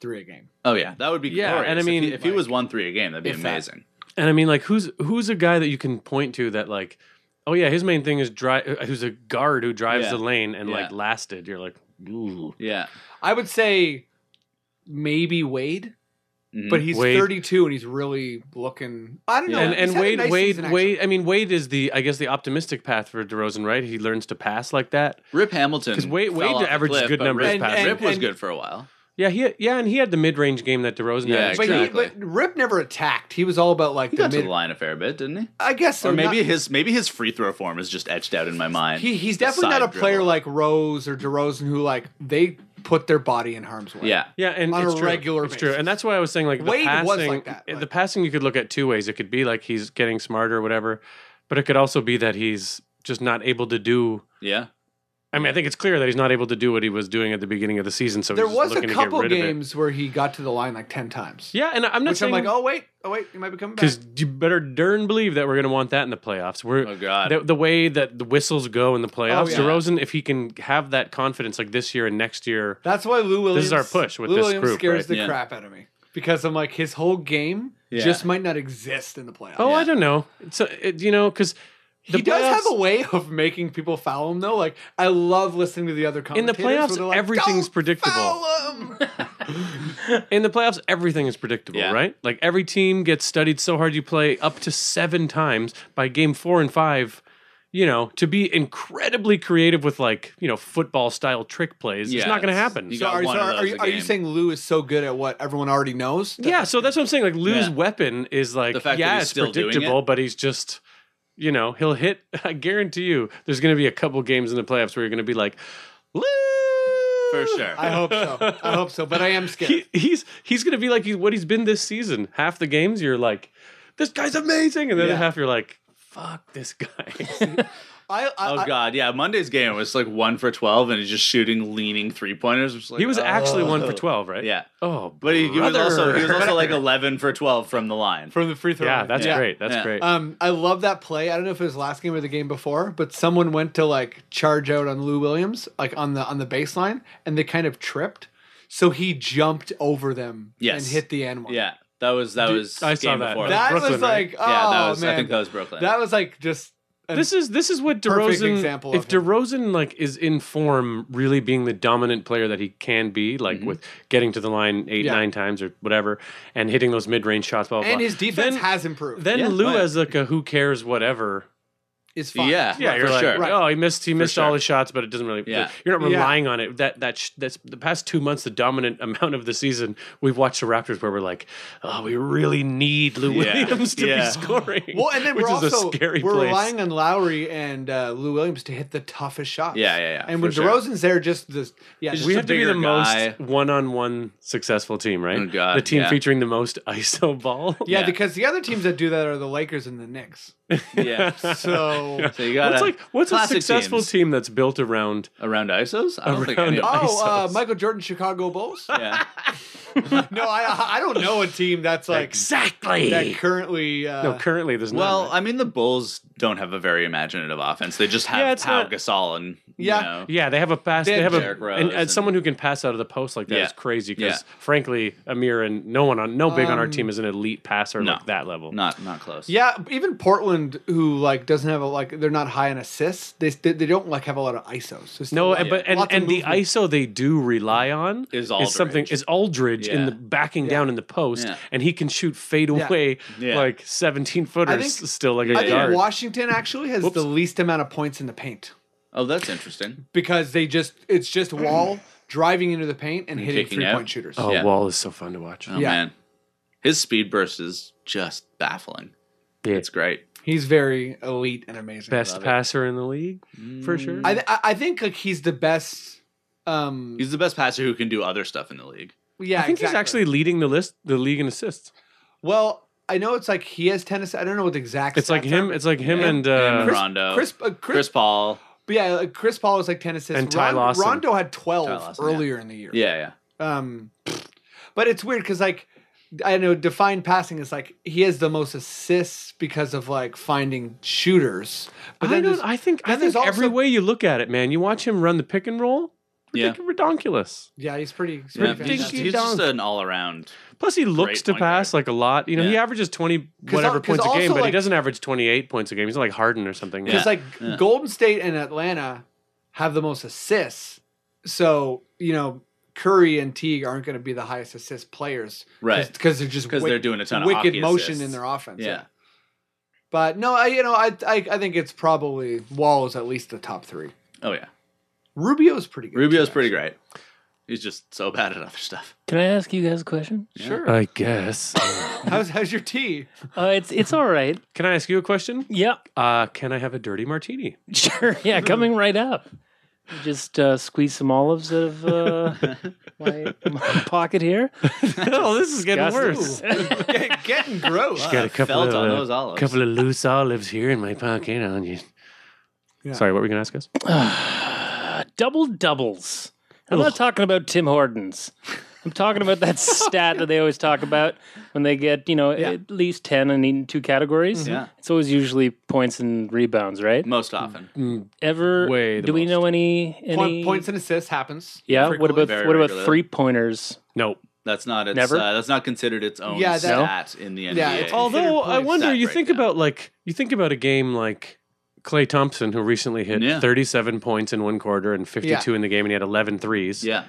S4: three a game.
S5: Oh yeah, that would be
S6: Yeah,
S5: glorious.
S6: and I
S5: If
S6: mean,
S5: he- if, he
S6: like-
S5: was one three a game, that'd be
S4: if that-
S5: amazing.
S6: And I mean, like, who's who's a guy that you can point to that like Oh yeah, his main thing is drive. Who's a guard who drives
S5: Yeah.
S6: the lane and like
S5: Yeah.
S6: lasted. You're like, ooh,
S5: Yeah.
S4: I would say maybe Wade,
S5: Mhm.
S4: but he's
S6: Wade.
S4: 32 and he's really looking. I don't know.
S5: Yeah.
S6: and
S4: He's
S6: and
S4: had a
S6: Wade
S4: nice
S6: Wade
S4: season, actually.
S6: Wade. I mean Wade is the I guess the optimistic path for DeRozan, right? He learns to pass like that.
S5: Rip Hamilton
S6: 'Cause Wade-
S5: fell
S6: Wade
S5: off the
S6: averages
S5: cliff,
S6: good
S5: but
S6: numbers
S5: Rip,
S4: past
S5: Rip
S4: him.
S5: was
S4: And-
S5: good for a while.
S6: Yeah, he yeah, and he had the mid range game that DeRozan
S5: Yeah,
S6: had.
S4: But, he,
S5: Exactly.
S4: but Rip never attacked. He was all about like
S5: He
S4: the
S5: got to
S4: mid.
S5: the line a fair bit, didn't he?
S4: I guess so.
S5: or maybe
S4: not-
S5: his maybe his free throw form is just etched out in my mind.
S4: he, he's
S5: The
S4: definitely not a
S5: side
S4: player
S5: dribble.
S4: like Rose or DeRozan who like they put their body in harm's way.
S5: yeah.
S6: Yeah, and
S4: on
S6: it's
S4: a
S6: true.
S4: regular
S6: It's true,
S4: basis.
S6: and that's why I was saying like the
S4: Wade was
S6: passing.
S4: like that,
S6: The
S4: like-
S6: passing you could look at two ways. It could be like he's getting smarter or whatever, but it could also be that he's just not able to do.
S5: Yeah.
S6: I mean, I think it's clear that he's not able to do what he was doing at the beginning of the season. So
S4: there
S6: he's just
S4: was a
S6: looking
S4: couple
S6: to get rid of it.
S4: games where he got to the line like ten times.
S6: Yeah, and I'm not
S4: which I'm
S6: saying
S4: like, oh wait, oh wait, you might be coming back.
S6: because you better darn believe that we're going to want that in the playoffs. We're
S5: Oh God.
S6: the, the way that the whistles go in the playoffs.
S4: Oh, yeah.
S6: DeRozan, if he can have that confidence like this year and next year,
S4: That's why Lou Williams.
S6: This is our push with
S4: Lou
S6: this
S4: Williams
S6: group,
S4: scares
S6: right?
S4: the
S5: Yeah.
S4: crap out of me because I'm like his whole game
S5: Yeah.
S4: just might not exist in the playoffs.
S6: oh, I
S5: Yeah.
S6: don't know. So it, you know, because
S4: he does have a way of making people foul him though. Like I love listening to the other
S6: in the
S4: commentators. where
S6: playoffs
S4: they're like,
S6: everything's
S4: "Don't
S6: predictable.
S4: foul him!"
S6: In the playoffs, everything is predictable,
S5: Yeah.
S6: right? Like every team gets studied so hard you play up to seven times by game four and five. You know, to be incredibly creative with like you know football style trick plays,
S5: Yeah,
S6: it's not going to
S5: it's-
S6: happen.
S5: you
S4: So
S5: got
S4: are,
S5: one
S4: so
S5: of
S4: are-
S5: those
S4: are you,
S5: a
S4: are you
S5: game.
S4: saying Lou is so good at what everyone already
S6: [laughs]
S4: knows?
S6: yeah, so that's what I'm saying. Like Lou's
S5: Yeah.
S6: weapon is like
S5: The fact that
S6: yeah,
S5: he's
S6: it's
S5: still doing it.
S6: predictable, but he's just you know he'll hit. [laughs] I guarantee you, there's going to be a couple games in the playoffs where you're going to be like Lou
S5: For sure.
S4: I hope so. I hope so. But I am scared.
S6: He, he's he's going to be like he, what he's been this season. Half the games you're like, this guy's amazing, and the other
S4: Yeah.
S6: half you're like, fuck this guy. [laughs]
S4: I, I,
S5: Oh
S4: I-
S5: God, yeah. Monday's game was like one for twelve, and he's just shooting leaning three pointers.
S6: he was actually one for twelve, right?
S5: Yeah,
S6: Oh,
S5: oh. but he, he was also he was
S6: brother.
S5: also like eleven for twelve from the line.
S4: from the free throw.
S6: yeah,
S4: line.
S6: that's
S5: Yeah.
S6: great. That's
S5: Yeah.
S6: great.
S4: Um, I love that play. I don't know if it was last game or the game before, but someone went to like charge out on Lou Williams, like on the on the baseline, and they kind of tripped. So he jumped over them
S5: Yes.
S4: and hit the N one.
S5: Yeah, that was that was
S6: I
S5: game
S6: saw that.
S5: before.
S4: that
S6: Brooklyn,
S4: was
S6: right?
S4: like, oh
S5: yeah, that was.
S4: man,
S5: I think that was Brooklyn.
S4: that was like just an-
S6: this is this is what
S4: perfect
S6: DeRozan.
S4: example
S6: if
S4: of him.
S6: DeRozan like is in form, really being the dominant player that he can be, like with getting to the line eight,
S4: Mm-hmm. Yeah.
S6: nine times or whatever, and hitting those mid range shots, blah blah.
S4: and
S6: blah.
S4: his defense
S6: Then-
S4: has improved.
S6: Then
S5: Yeah.
S6: Lou
S5: Oh, yeah.
S6: as like a who cares whatever.
S4: It's fine.
S5: yeah,
S6: Yeah, you're
S5: for
S6: like,
S5: sure.
S4: Right.
S6: oh, he missed, he missed all
S5: sure.
S6: his shots, but it doesn't really.
S5: Yeah.
S6: You're not
S4: Yeah.
S6: relying on it. That that sh- that's the past two months, the dominant [laughs] amount of the season we've watched the Raptors, where we're like, oh, we really need Lou
S5: Yeah.
S6: Williams to
S5: Yeah.
S6: be scoring.
S4: Well, and then
S6: which
S4: we're
S6: is
S4: also
S6: a scary
S4: we're
S6: place.
S4: relying on Lowry and uh, Lou Williams to hit the toughest shots.
S5: Yeah, yeah, yeah,
S4: And
S5: for
S4: when
S5: sure.
S4: DeRozan's there, just this, yeah,
S5: He's
S4: just
S6: we
S5: a
S6: have to be
S5: bigger
S6: the
S5: guy.
S6: most one-on-one successful team, right?
S5: Oh, God,
S6: the team
S5: yeah.
S6: featuring the most [laughs] ISO ball.
S4: Yeah,
S5: [laughs] Yeah.
S4: because the other teams that do that are the Lakers and the Knicks.
S5: Yeah.
S6: [laughs]
S4: So
S5: [laughs]
S4: oh, uh,
S5: So you got
S6: what's like what's a successful team that's built around?
S5: around ISOs? I don't think
S6: Around
S5: any of them.
S4: oh, uh,
S6: ISOs.
S4: Michael Jordan, Chicago Bulls.
S5: Yeah.
S4: no, I I don't know a team that's like
S6: exactly.
S4: that currently. Uh,
S6: no, currently there's
S5: Well,
S6: none.
S5: I mean, the Bulls don't have a very imaginative offense. They just have
S6: Yeah,
S5: yeah,
S6: it's
S5: Pau
S6: not-
S5: Gasol and
S4: Yeah.
S5: you know,
S6: Yeah, they have a pass. They,
S4: They
S6: have
S4: have
S6: a
S5: Derrick Rose
S6: and, and
S5: and-
S6: someone who can pass out of the post like that is
S5: Yeah.
S6: crazy. Because
S5: Yeah.
S6: frankly, Amir and no one on no big on our
S4: Um,
S6: team is an elite passer
S5: no.
S6: like that level.
S5: not not close.
S4: yeah, even Portland, who like doesn't have a like, they're not high in assists. They they, they don't like have a lot of ISOs. So it's
S6: No,
S4: still, like,
S6: but and,
S4: lots of
S6: and the
S4: movement.
S6: ISO they do rely on
S5: Is
S6: something
S5: Aldridge.
S6: is Aldridge in
S5: Yeah.
S6: the backing down in the post,
S5: Yeah.
S6: and he can shoot fade
S4: Yeah.
S6: away
S5: Yeah.
S6: like seventeen footers
S4: think-
S6: still like a
S4: I think
S6: guard.
S4: Washington actually has
S6: Whoops.
S4: the least amount of points in the paint
S5: Oh, that's interesting.
S4: because they just it's
S6: [clears throat]
S4: just wall driving into the paint and, hitting
S5: kicking
S4: three
S5: out.
S4: point shooters.
S6: oh,
S5: yeah.
S6: Wall is so fun to watch.
S5: Oh
S4: Yeah.
S5: man, his speed burst is just baffling.
S6: Yeah.
S5: It's great.
S4: He's very elite and amazing.
S6: Best passer in the league for sure.
S5: Mm.
S4: I th- I I think like he's the best. Um,
S5: He's the best passer who can do other stuff in the league.
S4: yeah,
S6: I think he's
S4: exactly.
S6: actually leading the list, the league in assists.
S4: Well, I know it's like he has tennis. I don't know what the exact.
S6: It's like
S4: stats
S6: him.
S4: are.
S6: It's like him
S5: Yeah.
S6: and
S5: And
S6: uh,
S5: Rondo,
S4: Chris,
S5: Chris,
S4: uh, Chris,
S5: Paul.
S4: but yeah, like Chris Paul was like ten assists.
S6: And Ty
S4: Ron-
S6: Lawson.
S4: Rondo had twelve
S5: Ty Lawson,
S4: earlier in the year.
S5: Yeah, yeah.
S4: Um, but it's weird because like I know defined passing is like he has the most assists because of like finding shooters. But
S6: I
S4: then
S6: don't.
S4: there's-
S6: I think. I
S4: then there's
S6: think every
S4: also-
S6: way you look at it, man. You watch him run the pick and roll.
S5: Yeah.
S6: freaking redonkulous.
S4: Yeah, he's pretty. He's
S5: Yeah,
S4: pretty
S5: he's, just,
S4: fantastic.
S5: he's just an all around.
S6: Plus, he looks
S5: Great
S6: to
S5: point
S6: pass like a lot. You know, he
S5: Yeah.
S6: averages twenty
S4: al-
S6: whatever
S4: 'cause
S6: points a game,
S4: also,
S6: but he
S4: like-
S6: doesn't average twenty eight points a game. He's not like Harden or something.
S5: Yeah.
S4: Because like
S5: yeah.
S4: Golden State and Atlanta have the most assists, so you know Curry and Teague aren't going to be the highest assist players,
S5: Right.
S4: Because they're just
S5: Because
S4: wick-
S5: they're doing a ton of
S4: wicked
S5: hockey
S4: motion
S5: assists.
S4: in their offense.
S5: Yeah.
S4: but no, I you know I, I I think it's probably Wall is at least the top three.
S5: Oh yeah.
S4: Rubio's pretty good.
S5: Rubio's
S4: too,
S5: pretty great. He's just so bad at other stuff.
S3: Can I ask you guys a question?
S4: actually. Sure.
S6: I guess.
S4: how's how's your tea?
S3: Uh, it's it's all right.
S6: can I ask you a question?
S3: Yeah,
S6: Uh, can I have a dirty martini? [laughs]
S3: sure. Yeah, coming right up. Just uh, squeeze some olives out of uh, my, my pocket here.
S6: oh, this is getting
S3: Disgusting.
S4: Get, getting gross.
S6: Got a
S5: I [laughs]
S6: couple
S5: felt
S6: of,
S5: on
S6: uh,
S5: those olives.
S6: couple of loose olives here in my pocket on you.
S4: Yeah.
S6: Sorry, what were you gonna ask us?
S3: double doubles. I'm not talking about Tim Hortons. I'm talking about that stat that they always talk about when they get, you know, at least 10 in in two categories.
S5: Yeah.
S3: It's always usually points and rebounds, right?
S5: Most often.
S3: Ever
S6: Way the
S3: Do we
S6: most.
S3: know any any
S4: Point, points and assists happens.
S3: Yeah, what
S4: frequently.
S3: about
S5: very
S3: what about
S5: regularly.
S3: three pointers?
S6: No.
S5: That's not its,
S3: Never?
S5: Uh, that's not considered its own
S4: Yeah, that-
S5: stat in the NBA.
S4: Yeah, it's all-
S6: Although I
S4: points.
S6: wonder,
S5: Stat
S6: you
S5: right
S6: think
S5: now.
S6: about like you think about a game like Clay Thompson, who recently hit
S5: Yeah.
S6: 37 points in one quarter and 52 in the game, and he had 11 threes.
S5: yeah.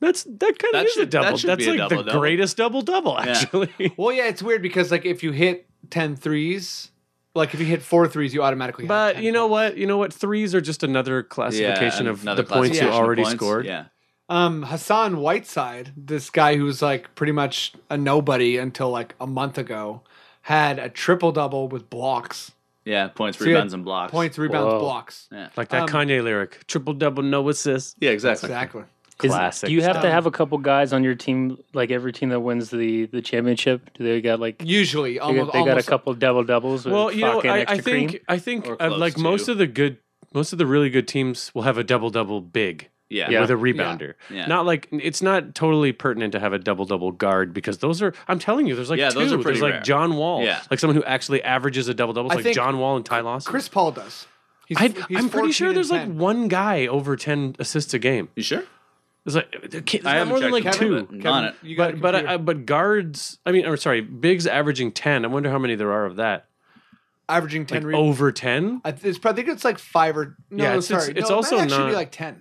S6: that's that kind of
S5: That
S6: is a
S5: should- that
S6: double.
S5: should be
S6: That's
S5: a
S6: like the
S5: double-double.
S6: greatest double double,
S5: Yeah.
S6: actually.
S4: Well, [laughs] yeah, it's weird because like if you hit 10 threes, like if you hit four threes, you automatically. have
S6: [laughs] But
S4: 10
S6: you know
S4: points.
S6: what? You know what? Threes are just another classification
S5: Yeah,
S6: of
S5: another
S6: the points you
S5: classification of
S6: already
S5: points.
S6: scored.
S5: Yeah.
S4: Um, Hassan Whiteside, this guy who was like pretty much a nobody until like a month ago, had a triple double with blocks,
S5: Yeah. Points,
S4: So you had
S5: rebounds, and blocks.
S4: points, rebounds,
S6: Whoa.
S4: blocks.
S5: Yeah.
S6: Like that
S4: Um,
S6: Kanye lyric: triple double, no assists.
S5: Yeah, exactly.
S4: Exactly.
S3: Is-
S6: Classic
S3: do you have to
S4: stuff.
S3: have a couple guys on your team, like every team that wins the the championship? Do they got like
S4: Usually,
S3: they, got,
S4: almost
S3: they got a
S4: almost-
S3: couple double doubles? With
S6: Well, you know,
S3: fucking
S6: I,
S3: extra
S6: I think
S3: cream?
S6: I think
S5: Or
S6: uh, like
S5: close
S6: most
S5: to.
S6: of the good, most of the really good teams will have a double double big
S5: Yeah.
S3: Yeah.
S6: with a rebounder.
S5: Yeah.
S6: Not like it's not totally pertinent to have a double double guard because those are. I'm telling you, there's like
S5: Yeah,
S6: two.
S5: those are pretty
S6: there's like
S5: rare.
S6: John Wall,
S5: Yeah.
S6: like someone who actually averages a double double,
S4: I
S6: like
S4: think
S6: John Wall and Ty Lawson.
S4: Chris Paul does. He's,
S6: I,
S4: he's
S6: I'm pretty
S4: 14
S6: sure
S4: and
S6: there's like
S4: 10.
S6: one guy over ten assists a game.
S5: You sure?
S6: There's like there can't-
S5: I
S6: there's not
S5: haven't
S6: more than
S5: checked
S6: like
S5: it,
S6: two.
S5: but I'm
S4: Kevin,
S5: on it.
S4: You got
S6: But but I, but guards. I mean, or sorry, bigs averaging ten. I wonder how many there are of that.
S4: averaging ten
S6: Like oh,
S4: rebounds.
S6: over ten.
S4: I, th- it's probably, I think it's like five or no,
S6: Yeah, it's-
S4: sorry,
S6: it's- it's
S4: no, it
S6: also
S4: might actually be
S6: not-
S4: like ten,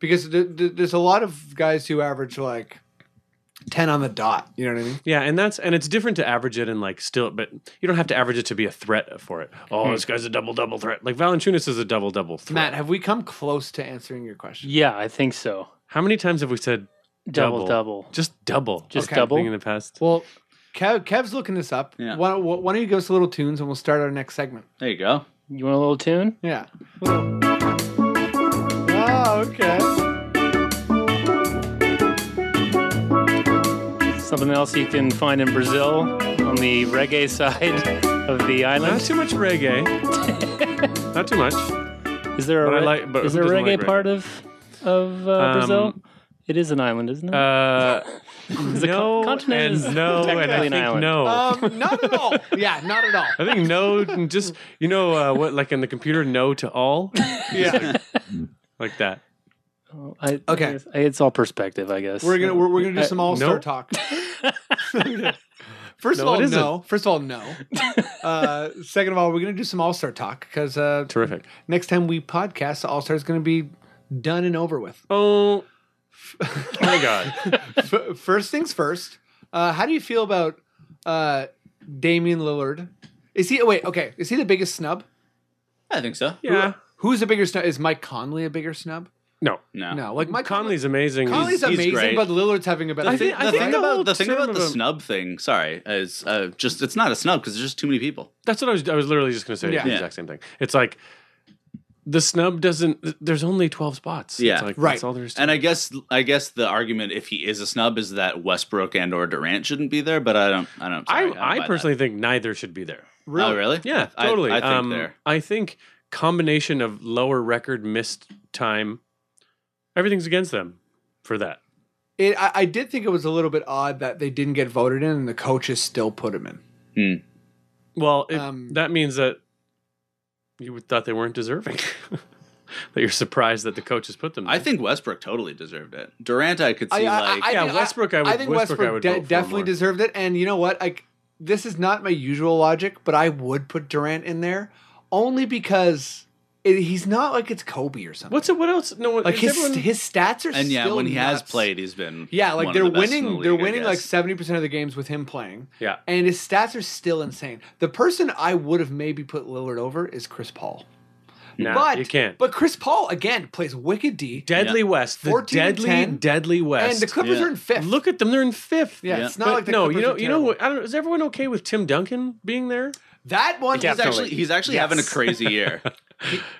S4: because th- th- there's a lot of guys who average like ten on the dot. You know what I mean?
S6: Yeah, and that's and it's different to average it and like still, but you don't have to average it to be a threat for it. Oh, this guy's a double double threat. Like Valanciunas is a double double threat.
S4: Matt, have we come close to answering your question?
S3: yeah, I think so.
S6: how many times have we said
S3: Double double,
S6: Just double.
S3: just
S4: Okay.
S6: Thing
S3: double.
S6: in the past.
S4: Well, Kev, Kev's looking this up.
S5: Yeah.
S4: Why, don't- why don't you give us a little tunes and we'll start our next segment?
S5: There you go.
S3: You want a little tune?
S4: Yeah. Oh, okay.
S3: Something else you can find in Brazil on the reggae [laughs] side of the
S6: Not
S3: island.
S6: too much
S3: [laughs]
S6: reggae. Not too much.
S3: Is there a
S6: But I
S3: re-
S6: like- but
S3: is
S6: who
S3: there a
S6: doesn't
S3: reggae,
S6: like reggae?
S3: part of of uh, Brazil? It is an island, isn't it?
S6: Uh,
S3: a
S6: no,
S3: con- continent is
S6: and no, and I
S3: technically an
S6: think
S3: island. Oh.
S6: no.
S4: Um, not at
S6: [laughs]
S4: all. Yeah, not at all.
S6: I think no, and just you know uh, what, like in the computer, no to all,
S4: Yeah.
S6: like that.
S3: Oh, I,
S4: Okay.
S3: it's- it's all perspective, I guess.
S4: We're gonna we're, we're gonna do some all star
S6: Uh, nope.
S4: talk. [laughs] First
S6: No,
S4: of all,
S6: it isn't.
S4: no. First of all, no. Uh, second of all, we're gonna do some all star talk because uh,
S6: Terrific.
S4: next time we podcast, the all star is gonna be done and over
S6: [laughs]
S4: with.
S6: Oh, my God.
S4: F- first things first. Uh, how do you feel about uh, Damian Lillard? Is he wait? Okay, is he the biggest snub?
S5: I think so.
S6: Yeah.
S4: Who's the bigger snub? Is Mike Conley a bigger snub?
S6: No.
S5: No.
S4: No, like Mike
S6: Conley's amazing.
S4: Conley's
S5: he's
S4: amazing,
S5: great.
S4: but Lillard's having a better.
S6: I think-
S5: the thing
S6: the whole
S5: about the thing
S6: term
S5: about
S6: of
S5: the
S6: a-
S5: snub thing, sorry, is uh, just it's not a snub because there's just too many people.
S6: That's what I was. I was literally just going to say
S4: Yeah.
S6: the
S5: Yeah.
S6: exact same thing. It's like the snub doesn't. th- There's only twelve spots.
S5: Yeah.
S6: it's like,
S4: Right.
S6: That's all there is. To
S5: And I guess I guess the argument if he is a snub is that Westbrook and or Durant shouldn't be there, but I don't I don't sorry,
S6: I,
S5: don't
S6: I,
S5: buy
S6: personally think neither should be there.
S5: that. Oh really?
S6: Yeah,
S5: I-
S6: totally.
S5: I, think
S6: um,
S5: there.
S6: I think combination of lower record missed time, everything's against them for that.
S4: It, I, I did think it was a little bit odd that they didn't get voted in, and the coaches still put him in.
S6: Well, it,
S4: Um,
S6: that means that you would- thought they weren't deserving. [laughs] that you're surprised that the coaches put them.
S5: I
S6: there.
S5: think Westbrook totally deserved it. Durant, I could see like
S6: I- yeah, Westbrook, I would-
S4: think
S6: Westbrook,
S4: Westbrook,
S6: I would
S4: de-
S6: vote for
S4: definitely
S6: more.
S4: deserved it. And you know what? Like this is not my usual logic, but I would put Durant in there only because it, he's not like it's Kobe or something.
S6: What's it? What else? No,
S4: like
S6: is
S4: his
S6: everyone-
S4: his stats are
S5: and yeah,
S4: still
S5: when he has
S4: nuts.
S5: played, he's been
S4: Yeah, like
S5: one of
S4: they're
S5: the best in the
S4: winning.
S5: league,
S4: They're
S5: I
S4: winning like
S5: guess.
S4: seventy percent of the games with him playing,
S6: yeah.
S4: and his stats are still insane. The person I would have maybe put Lillard over is Chris Paul,
S6: Nah,
S4: but
S6: you can't.
S4: But Chris Paul again plays wicked D,
S6: Deadly West, the
S4: 14 and
S6: deadly,
S4: 10,
S6: deadly West,
S4: and the Clippers
S5: Yeah.
S4: are in fifth.
S6: Look at them; they're in fifth.
S4: yeah,
S5: Yeah.
S4: it's not
S6: But
S4: like the
S6: no,
S4: Clippers
S6: you know,
S4: are
S6: you know
S4: terrible.
S6: what? I don't, is everyone okay with Tim Duncan being there?
S4: That one
S5: He's actually he's actually having a crazy [laughs] year.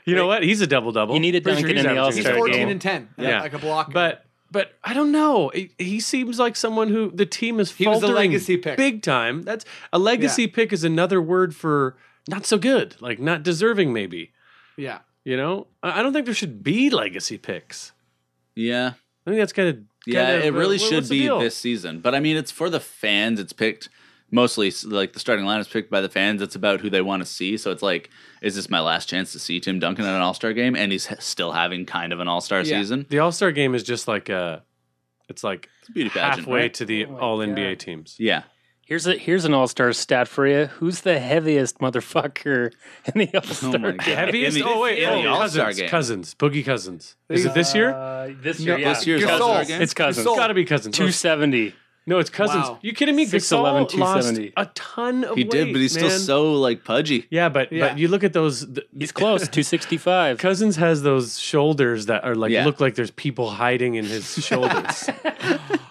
S6: You know what? He's a double double.
S3: You need a Duncan in the
S4: He's
S3: All-Star
S4: 14
S3: game.
S4: and 10.
S6: Yeah.
S4: Like a block.
S6: but but I don't know. He- he seems like someone who the team is
S4: was a
S6: faltering
S4: legacy pick.
S6: big time. That's a legacy pick is another word for not so good, like not deserving. Maybe
S4: yeah.
S6: you know. I I don't think there should be legacy picks.
S5: yeah.
S6: I think that's kind of
S5: Yeah, it really should be this season. But I mean, it's for the fans. It's picked mostly s- like the starting line is picked by the fans. It's about who they want to see. So it's like, is this my last chance to see Tim Duncan at an All Star game? And he's h- still having kind of an All Star
S4: Yeah.
S5: season.
S6: The All Star game is just like a, it's like
S5: It's a beauty pageant,
S6: halfway
S5: right?
S6: to the
S3: Oh my
S6: All
S3: God.
S6: NBA teams.
S5: yeah,
S3: Here's a here's an All Star stat for you. Who's the heaviest motherfucker [laughs] in
S6: Oh
S3: the All Star
S5: my
S3: game?
S5: God.
S6: Heaviest?
S5: In the-
S6: oh wait,
S5: in
S6: oh,
S5: the All-Star
S6: Cousins,
S5: game.
S6: Cousins, Boogie Cousins. Is it this year?
S3: Uh, this year, yeah.
S5: this year's
S4: Gasol.
S5: All-Star game?
S3: It's Cousins.
S6: It's got to be Cousins. No,
S3: Two
S6: it's-
S3: seventy.
S6: No, it's Cousins.
S4: Wow.
S6: You kidding
S3: 6'11",
S6: me? Gasol lost
S3: 270.
S6: a ton of
S5: he
S6: weight.
S5: did, but he's still
S6: man.
S5: so like pudgy.
S6: Yeah, but
S4: Yeah.
S6: but you look at those. th-
S3: He's
S6: [laughs]
S3: close. Two sixty five.
S6: Cousins has those shoulders that are like
S5: Yeah.
S6: look like there's people hiding in his
S5: [laughs]
S6: shoulders.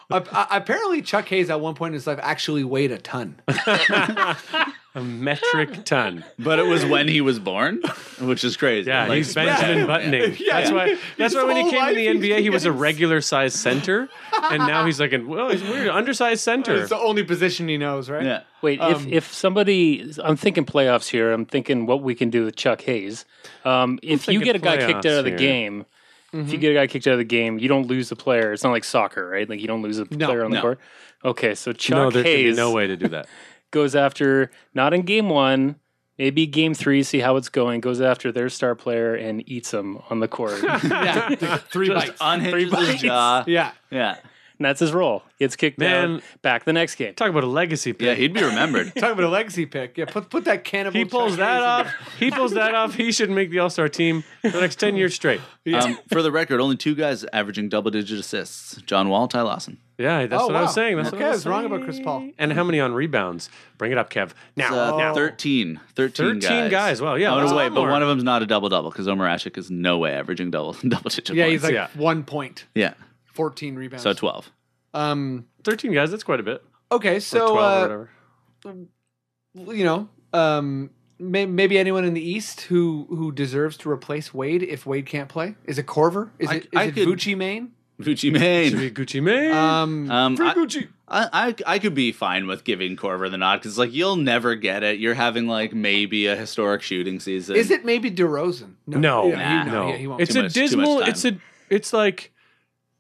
S4: Ap- a- apparently, Chuck Hayes at one point in his life actually weighed a ton.
S6: a metric ton.
S5: But it was when he was born, which is crazy.
S6: Yeah,
S5: Like,
S6: he's Benjamin
S5: yeah.
S6: Buttoning.
S4: [laughs]
S6: That's why. That's why when he
S4: whole
S6: came to the
S4: life
S6: NBA, he was a
S4: he's-
S6: regular size center, and now he's like an well, he's weird undersized center.
S4: It's the only position he knows, right?
S5: Yeah.
S3: Wait,
S6: Um,
S3: if if somebody, I'm thinking playoffs here. I'm thinking what we can do with Chuck Hayes. Um, if you
S6: thinking
S3: get a guy kicked
S6: playoffs
S3: out of the
S6: here. Mm-hmm.
S3: game, if you get a guy kicked out of the game, you don't lose the player. It's not like soccer, right? Like you don't lose a player on the
S5: no.
S3: court. Okay, so Chuck
S6: No, there can be
S3: Hayes
S6: no way to do that.
S3: goes after not in game one. Maybe game three, see how it's going. Goes after their star player and eats him on the court. and
S4: Yeah. [laughs] Three
S5: Just
S4: bites.
S5: unhinges his
S3: bites.
S5: jaw.
S4: [laughs] yeah.
S5: Yeah,
S3: that's his role. Gets kicked
S6: Man.
S3: down. Back the next game.
S6: Talk about a legacy. Pick.
S5: yeah, he'd be
S6: [laughs]
S5: remembered.
S4: Talking about a legacy pick. Yeah. Put, put that cannibal.
S6: He pulls
S4: Chuck
S6: that
S4: Hayes in
S6: off.
S4: there.
S6: He pulls that off. He should make the All Star team for the next ten years
S4: [laughs]
S6: straight.
S5: um, for the record, only two guys averaging double digit assists: John Wall, Ty Lawson.
S6: Yeah, that's
S4: Oh,
S6: what I was
S4: wow.
S6: saying. That's
S4: Okay,
S6: what
S4: I was wrong about Chris Paul.
S6: saying. And how many on rebounds? Bring it up, Kev. Now,
S5: Uh,
S6: now.
S5: 13. 13
S6: 13 guys. Well, yeah,
S5: Oh,
S6: that's
S5: no,
S6: a
S5: wait,
S6: lot
S5: but
S6: more.
S5: one of them's not a double double because Omar Ashik is no way averaging double [laughs] double digit
S4: Yeah.
S5: points.
S4: He's like
S6: Yeah.
S4: one point,
S5: yeah,
S4: 14 rebounds.
S5: so 12.
S4: um,
S6: thirteen guys. That's quite a bit.
S4: okay.
S6: Or
S4: So,
S6: twelve or
S4: uh,
S6: whatever.
S4: you know, um, may, maybe anyone in the East who who deserves to replace Wade if Wade can't play? Is it Corver? Is
S5: I-
S4: it, is
S5: I
S4: it
S5: could-
S4: Vucci Maine?
S5: Vucci
S6: Should
S5: Maine.
S6: be Gucci Mane.
S4: Um,
S5: Um, I, I, I I could be fine with giving Corver the nod because like you'll never get it. You're having like maybe a historic shooting season.
S4: Is it maybe DeRozan?
S6: no,
S4: Yeah, he-
S6: no.
S4: yeah, he won't.
S6: it's
S5: Too
S6: a
S5: much- too much
S6: dismal.
S5: time.
S6: It's a. It's like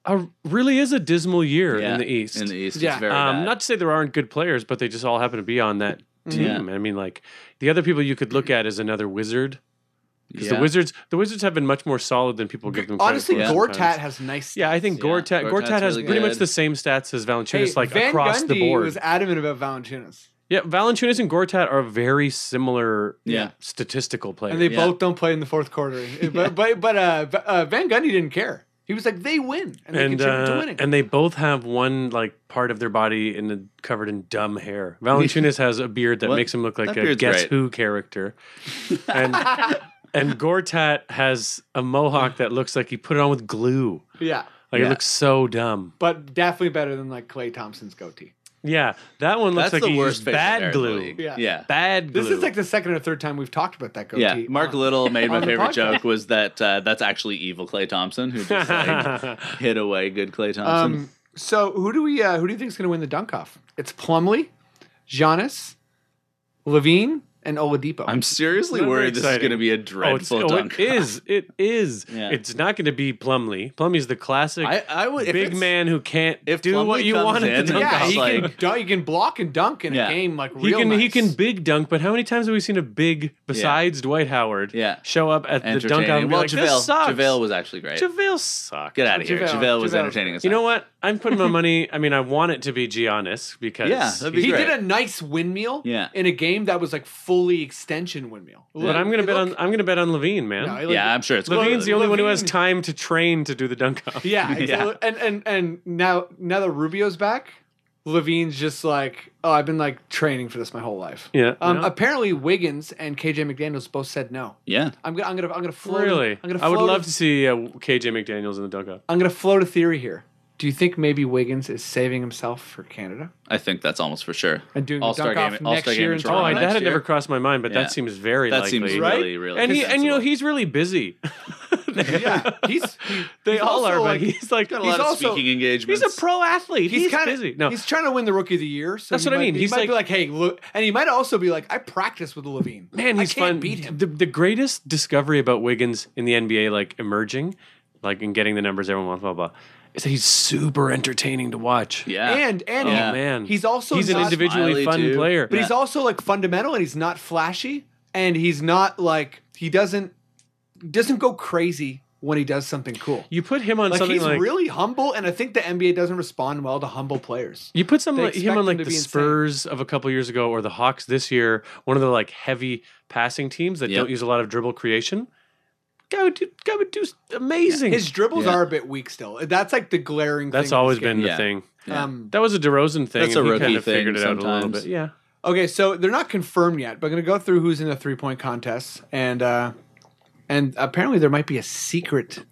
S6: a really is a dismal year
S5: Yeah,
S6: in the East.
S5: In the East,
S4: Yeah.
S5: it's very
S6: um,
S5: bad.
S6: not to say there aren't good players, but they just all happen to be on that team. I mean, like the other people you could look at is another Wizard. Because
S5: Yeah.
S6: the Wizards, the Wizards have been much more solid than people give them. credit
S4: Honestly,
S6: for
S5: Yeah.
S6: sometimes.
S4: Gortat has nice.
S6: Yeah, I think
S5: Yeah,
S6: Gortat. Gortat,
S5: Gortat's
S6: has
S5: really
S6: pretty
S5: good.
S6: much the same stats as
S4: Hey,
S6: Valanciunas, like
S4: Van
S6: across
S4: Gundy
S6: the board.
S4: was adamant about Valanciunas,
S6: Yeah, Valanciunas and Gortat are very similar.
S5: Yeah.
S6: statistical players.
S4: and they
S5: Yeah.
S4: both don't play in the fourth quarter.
S5: [laughs]
S4: But but but uh, V- uh, Van Gundy didn't care. He was like, they win, and they
S6: and
S4: contribute to
S6: uh,
S4: winning.
S6: and they both have one like part of their body in the, covered in dumb hair. Valanciunas has a beard that
S5: What?
S6: makes him look like
S5: That
S6: a
S5: beard's
S6: Guess
S5: great.
S6: Who character,
S4: [laughs]
S6: and and Gortat has a mohawk that looks like he put it on with glue.
S4: yeah,
S6: Like
S5: Yeah.
S6: it looks so dumb.
S4: but definitely better than like Clay Thompson's goatee.
S6: Yeah, that one looks
S5: That's
S6: like
S5: the
S6: he
S5: worst
S6: used
S5: facial hair
S6: bad
S5: in the
S6: glue.
S5: league.
S4: Yeah.
S5: yeah.
S6: Bad glue.
S4: This
S6: [laughs]
S4: is like the second or third time we've talked about that goatee.
S5: Yeah, Mark
S4: Uh,
S5: Little made my
S4: on the
S5: favorite
S4: podcast.
S5: joke was that uh, that's actually evil Clay Thompson who
S6: [laughs]
S5: just like hid away good Clay Thompson.
S4: Um, so who do we uh, who do you think is going to win the dunk off? It's Plumlee, Giannis, Levine, and Oladipo.
S5: I'm seriously
S6: Not very
S5: worried this is
S6: exciting.
S5: going to be a
S6: Oh, it's,
S5: dreadful
S6: oh,
S5: dunk.
S6: it is. It is.
S5: Yeah.
S6: It's not going to be Plumley. Plumley's the classic
S5: I, I would if
S6: big
S5: it's-
S6: man who can't
S5: if
S6: do
S5: Plumlee
S6: what you
S5: comes
S6: want
S5: in,
S6: at the dunk
S4: yeah,
S5: I was
S4: he
S6: off.
S4: can
S5: like-
S4: dunk- he can block and dunk in
S5: Yeah.
S4: a game like
S6: He
S4: real
S6: can he
S4: nice.
S6: can big dunk, but how many times have we seen a big besides Dwight Howard
S5: Yeah.
S6: show up at the dunk
S5: entertaining.
S6: off and be
S5: well,
S6: like,
S5: JaVale,
S6: this sucks.
S5: JaVale was actually great.
S6: JaVale sucked.
S5: Get out of here.
S4: JaVale-
S5: JaVale, was
S4: JaVale.
S5: entertaining. As
S6: You know
S5: hell.
S6: what? I'm putting my money. I mean, I want it to be Giannis because
S5: Yeah, that'd be
S6: he's-
S4: He
S5: great.
S4: did a nice windmill
S5: Yeah.
S4: in a game that was like fully extension windmill.
S6: But I'm gonna bet on I'm gonna bet on Levine, man.
S4: No, he
S5: Yeah, I'm sure it's
S6: Levine's
S5: good.
S6: the only one who has
S4: Levine-
S6: time to train to do the dunk off.
S4: Yeah, it's
S5: Yeah.
S4: a- and and and now now that Rubio's back, Levine's just like, oh, I've been like training for this my whole life.
S6: Yeah.
S4: Um,
S6: No.
S4: Apparently, Wiggins and KJ McDaniel's both said no.
S5: Yeah.
S4: I'm gonna I'm gonna I'm gonna float.
S6: Really?
S4: I'm gonna
S6: I would
S4: float a-
S6: love to see uh, KJ McDaniels in the dunk off.
S4: I'm gonna float a theory here. Do you think maybe Wiggins is saving himself for Canada
S5: I think that's almost for sure.
S4: and doing
S5: All-Star
S4: the dunk
S5: game-
S4: off next
S5: All-Star game
S4: year
S5: in
S4: in
S5: Toronto
S6: Oh,
S4: Toronto?
S6: I-
S5: next
S6: that had
S5: year?
S6: never crossed my mind, but
S5: Yeah.
S6: that seems very
S5: That
S6: likely.
S5: seems
S4: Right?
S5: really, really.
S6: and he and
S5: sensible.
S6: you know he's really busy.
S4: [laughs] yeah, he's he-
S6: [laughs] They
S4: he's
S6: all are,
S4: also,
S6: but
S4: like-
S6: he's like
S5: got a
S6: he's
S5: lot
S6: also
S5: of speaking engagements.
S6: he's a pro athlete. He's,
S4: He's, kind
S6: busy.
S4: of
S6: No,
S4: He's trying to win the Rookie of the Year. So
S6: That's
S4: he
S6: what I
S4: might
S6: mean.
S4: be-
S6: He's
S4: he might be like, hey, look, and he might also be like, I practice with Levine.
S6: man,
S4: I
S6: he's
S4: can't
S6: fun.
S4: Beat him.
S6: The, the greatest discovery about Wiggins in the NBA, like emerging, like and getting the numbers everyone wants, blah blah, blah, is that he's super entertaining to watch.
S5: Yeah.
S4: And and
S6: Oh
S4: he-
S6: man,
S4: he's also
S6: he's an
S4: not-
S6: individually
S5: Smiley,
S6: fun
S5: too.
S6: player.
S4: but he's
S5: Yeah.
S4: also like fundamental, and he's not flashy, and he's not like he doesn't doesn't go crazy when he does something cool.
S6: you put him on
S4: Like
S6: something
S4: he's
S6: like
S4: really humble, and I think the NBA doesn't respond well to humble players.
S6: You put some
S4: They
S6: like, him
S4: expect
S6: on
S4: him
S6: like
S4: to
S6: the
S4: be insane.
S6: Spurs of a couple years ago or the Hawks this year, one of the like heavy passing teams that
S5: Yep.
S6: don't use a lot of dribble creation. Guy would do, guy would do s- amazing.
S4: His dribbles
S5: Yeah.
S4: are a bit weak still. That's like the glaring.
S6: That's
S4: thing in this
S6: always
S4: game.
S6: been the
S5: Yeah.
S6: thing.
S5: Yeah.
S4: Um,
S6: That was a DeRozan thing.
S5: That's a
S6: and he
S5: rookie
S6: kinda
S5: thing
S6: Figured it out a little
S5: sometimes.
S6: bit. Yeah.
S4: Okay, so they're not confirmed yet, but I'm gonna go through who's in the three point contest, and uh, and apparently there might be a secret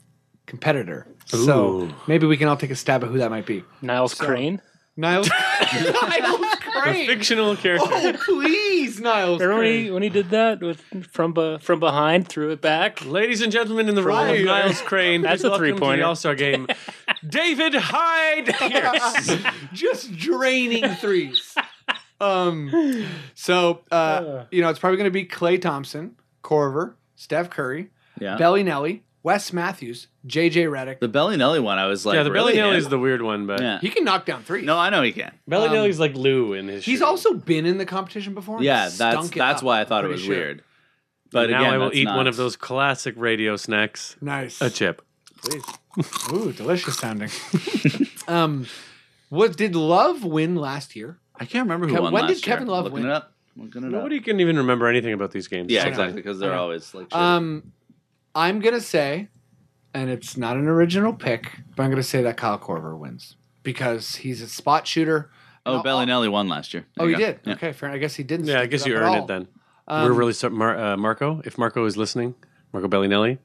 S4: competitor. So
S6: Ooh.
S4: maybe we can all take a stab at who that might be.
S3: Niles Crane.
S4: Niles, Niles Crane.
S6: Fictional character. [laughs]
S4: Oh please, Niles.
S3: Remember when
S4: Crane.
S3: he, when he did that with from be- from behind, threw it back.
S6: Ladies and gentlemen, in the role of
S4: Right.
S6: Niles Crane,
S3: That's
S6: please
S3: a
S6: welcome to
S3: three-pointer.
S6: The All
S5: [laughs]
S6: Star Game, David [laughs] Hyde. Pierce.
S4: [laughs] Just draining threes. um, so uh, you know it's probably gonna be Clay Thompson, Corver, Steph Curry,
S5: yeah.
S4: Bellinelli, Wes Matthews, JJ Redick.
S5: the Bellinelli one, I was like,
S6: yeah, the
S5: really,
S6: Bellinelli
S5: him?
S6: is the weird one, but Um,
S5: Yeah.
S4: He can knock down threes.
S5: No, I know he can.
S6: Bellinelli's like Lou in his.
S4: He's
S6: shooting.
S4: also been in the competition before. and
S5: Yeah, that's
S4: stunk it
S5: that's
S4: up,
S5: why I
S4: I'm
S5: thought it
S4: pretty
S5: was
S4: sure.
S5: weird. But
S6: now
S5: again,
S6: I will
S5: that's
S6: eat
S5: not-
S6: one of those classic radio snacks.
S4: Nice.
S6: A chip.
S4: Please. Ooh, delicious
S5: [laughs]
S4: sounding. um, what did Love win last year?
S5: I can't remember who
S4: Kev-
S5: won
S4: when
S5: last
S4: did Kevin
S5: year.
S4: Love
S5: Looking
S4: win?
S5: It up. Looking it
S6: Nobody
S5: up.
S6: can even remember anything about these games.
S5: Yeah,
S4: know.
S5: exactly, because
S4: I
S5: they're
S4: know.
S5: always like. shit.
S4: Um, I'm gonna say, and it's not an original pick, but I'm gonna say that Kyle Corver wins because he's a spot shooter.
S5: oh,
S4: I'll-
S5: Bellinelli won last year. There
S4: Oh, he
S5: you go.
S4: did.
S5: Yeah.
S4: Okay, fair. I guess he didn't.
S6: Yeah, I
S4: stick
S6: guess
S4: it
S6: you
S4: up at
S6: earn
S4: all.
S6: it then.
S4: Um,
S6: we're really sorry, Mar- uh, Marco. If Marco is listening, Marco Bellinelli,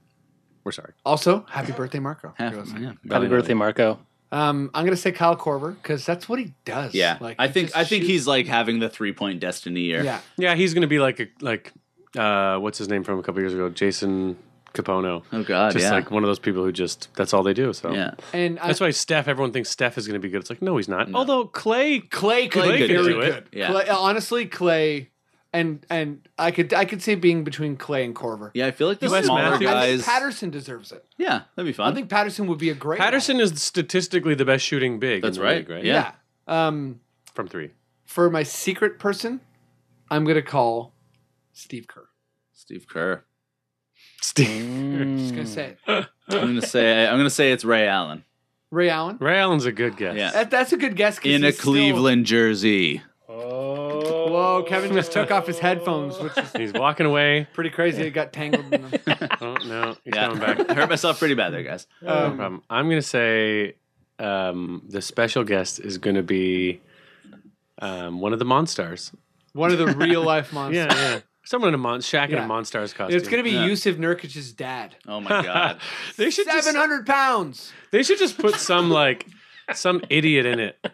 S6: we're sorry.
S4: also happy birthday, Marco.
S5: Half-
S4: You're listening.
S5: yeah,
S3: Happy
S5: Bellinelli.
S3: birthday, Marco.
S4: Um, I'm gonna say Kyle Corver because that's what he does.
S5: Yeah, I
S4: he
S5: think
S4: just
S5: I think
S4: shoots-
S5: he's like having the three point destiny year.
S4: yeah.
S6: Yeah, he's gonna be like a, like uh, what's his name from a couple years ago, Jason Capono.
S5: Oh God.
S6: Just
S5: yeah.
S6: like one of those people who just that's all they do. So
S5: yeah.
S4: And I,
S6: that's why Steph. Everyone thinks Steph is gonna be good. It's like no, he's not. Although Clay,
S4: Clay could
S5: Clay
S4: be
S5: could
S4: very
S6: do
S4: good.
S6: it.
S5: Yeah.
S4: Clay, honestly, Clay and and I could I could see it being between Clay and Corver.
S5: Yeah. I feel like the
S6: Wes
S5: smaller
S6: Matthews.
S4: I
S5: guys.
S4: think Patterson deserves it.
S5: yeah, that'd be
S4: I
S5: fun.
S4: think Patterson would be a great
S6: Patterson is statistically the best shooting big.
S5: That's
S6: in the
S5: right.
S6: league, right?
S5: Yeah.
S4: one. Yeah. Um,
S6: from three.
S4: for my secret person, I'm gonna call Steve Kerr.
S5: Steve Kerr. Mm.
S6: Steve
S4: Just gonna say
S5: Hmm.
S4: it.
S5: I'm gonna say I'm gonna say it's Ray Allen
S4: Ray Allen.
S6: Ray Allen's a good guess.
S5: Yeah.
S4: That, that's a good guess. 'cause
S5: in a
S4: he's still-
S5: Cleveland jersey.
S3: Oh.
S4: Whoa! Kevin just took off his headphones, which is
S6: He's walking away.
S5: [laughs]
S4: pretty crazy. It got tangled in
S6: [laughs]
S4: them.
S6: Oh no, he's
S5: Yeah,
S6: coming back.
S5: I hurt myself pretty bad there, guys.
S6: No
S4: um,
S6: problem. I'm gonna say um, the special guest is gonna be um, one of the Monstars.
S4: One of the real life monsters.
S6: Yeah, yeah. Someone in a Mon Shaq in
S4: Yeah.
S6: a Monstars costume.
S4: It's gonna be
S5: Yeah.
S4: Yusuf Nurkic's dad.
S5: Oh my God.
S6: [laughs] they should
S4: Seven
S6: just,
S4: hundred pounds.
S6: they should just put some like some idiot in it. [laughs]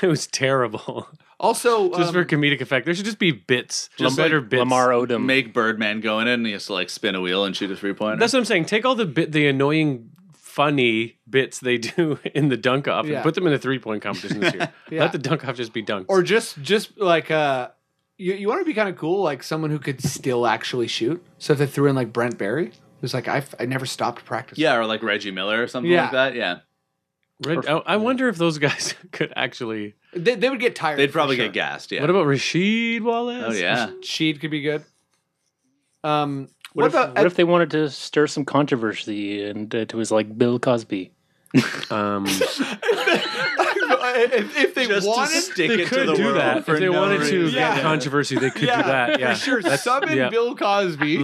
S6: It was terrible,
S4: Also,
S6: just
S4: um,
S6: for comedic effect. There should just be bits,
S5: Just
S6: better
S5: like
S6: bits.
S3: Lamar Odom.
S5: Make Birdman go in it and he has to like spin a wheel and shoot a three pointer.
S6: That's what I'm saying. Take all the bit, the annoying, funny bits they do [laughs] in the dunk off,
S4: Yeah.
S6: and put them in a three point competition this year.
S4: [laughs] Yeah.
S6: Let the dunk off just be dunks.
S4: or just just like uh you, you want to be kind of cool, like someone who could still actually shoot. So if they threw in like Brent Berry, who's like, I've, I never stopped practicing.
S5: Yeah, or like Reggie Miller or something
S4: Yeah.
S5: like that. Yeah.
S6: Red, I, I wonder if those guys [laughs] could actually.
S4: They, they would get tired.
S5: They'd
S4: for
S5: probably
S4: sure.
S5: get gassed. Yeah.
S6: What about Rashid Wallace?
S5: oh,
S4: [laughs]
S5: yeah.
S4: Sheed could be good. Um,
S3: What,
S4: what,
S3: if,
S4: about
S3: what if they wanted to stir some controversy and it was like Bill Cosby?
S6: Um,
S4: [laughs] if, if they
S5: Just
S4: wanted
S5: to stick
S6: they
S5: it to
S6: could
S5: the
S6: do
S5: world
S6: that. If
S5: for
S6: they
S5: no
S6: wanted to
S5: reason.
S6: get controversy, they could do that. Yeah.
S4: [laughs] for sure, summon
S6: yeah.
S4: Bill Cosby.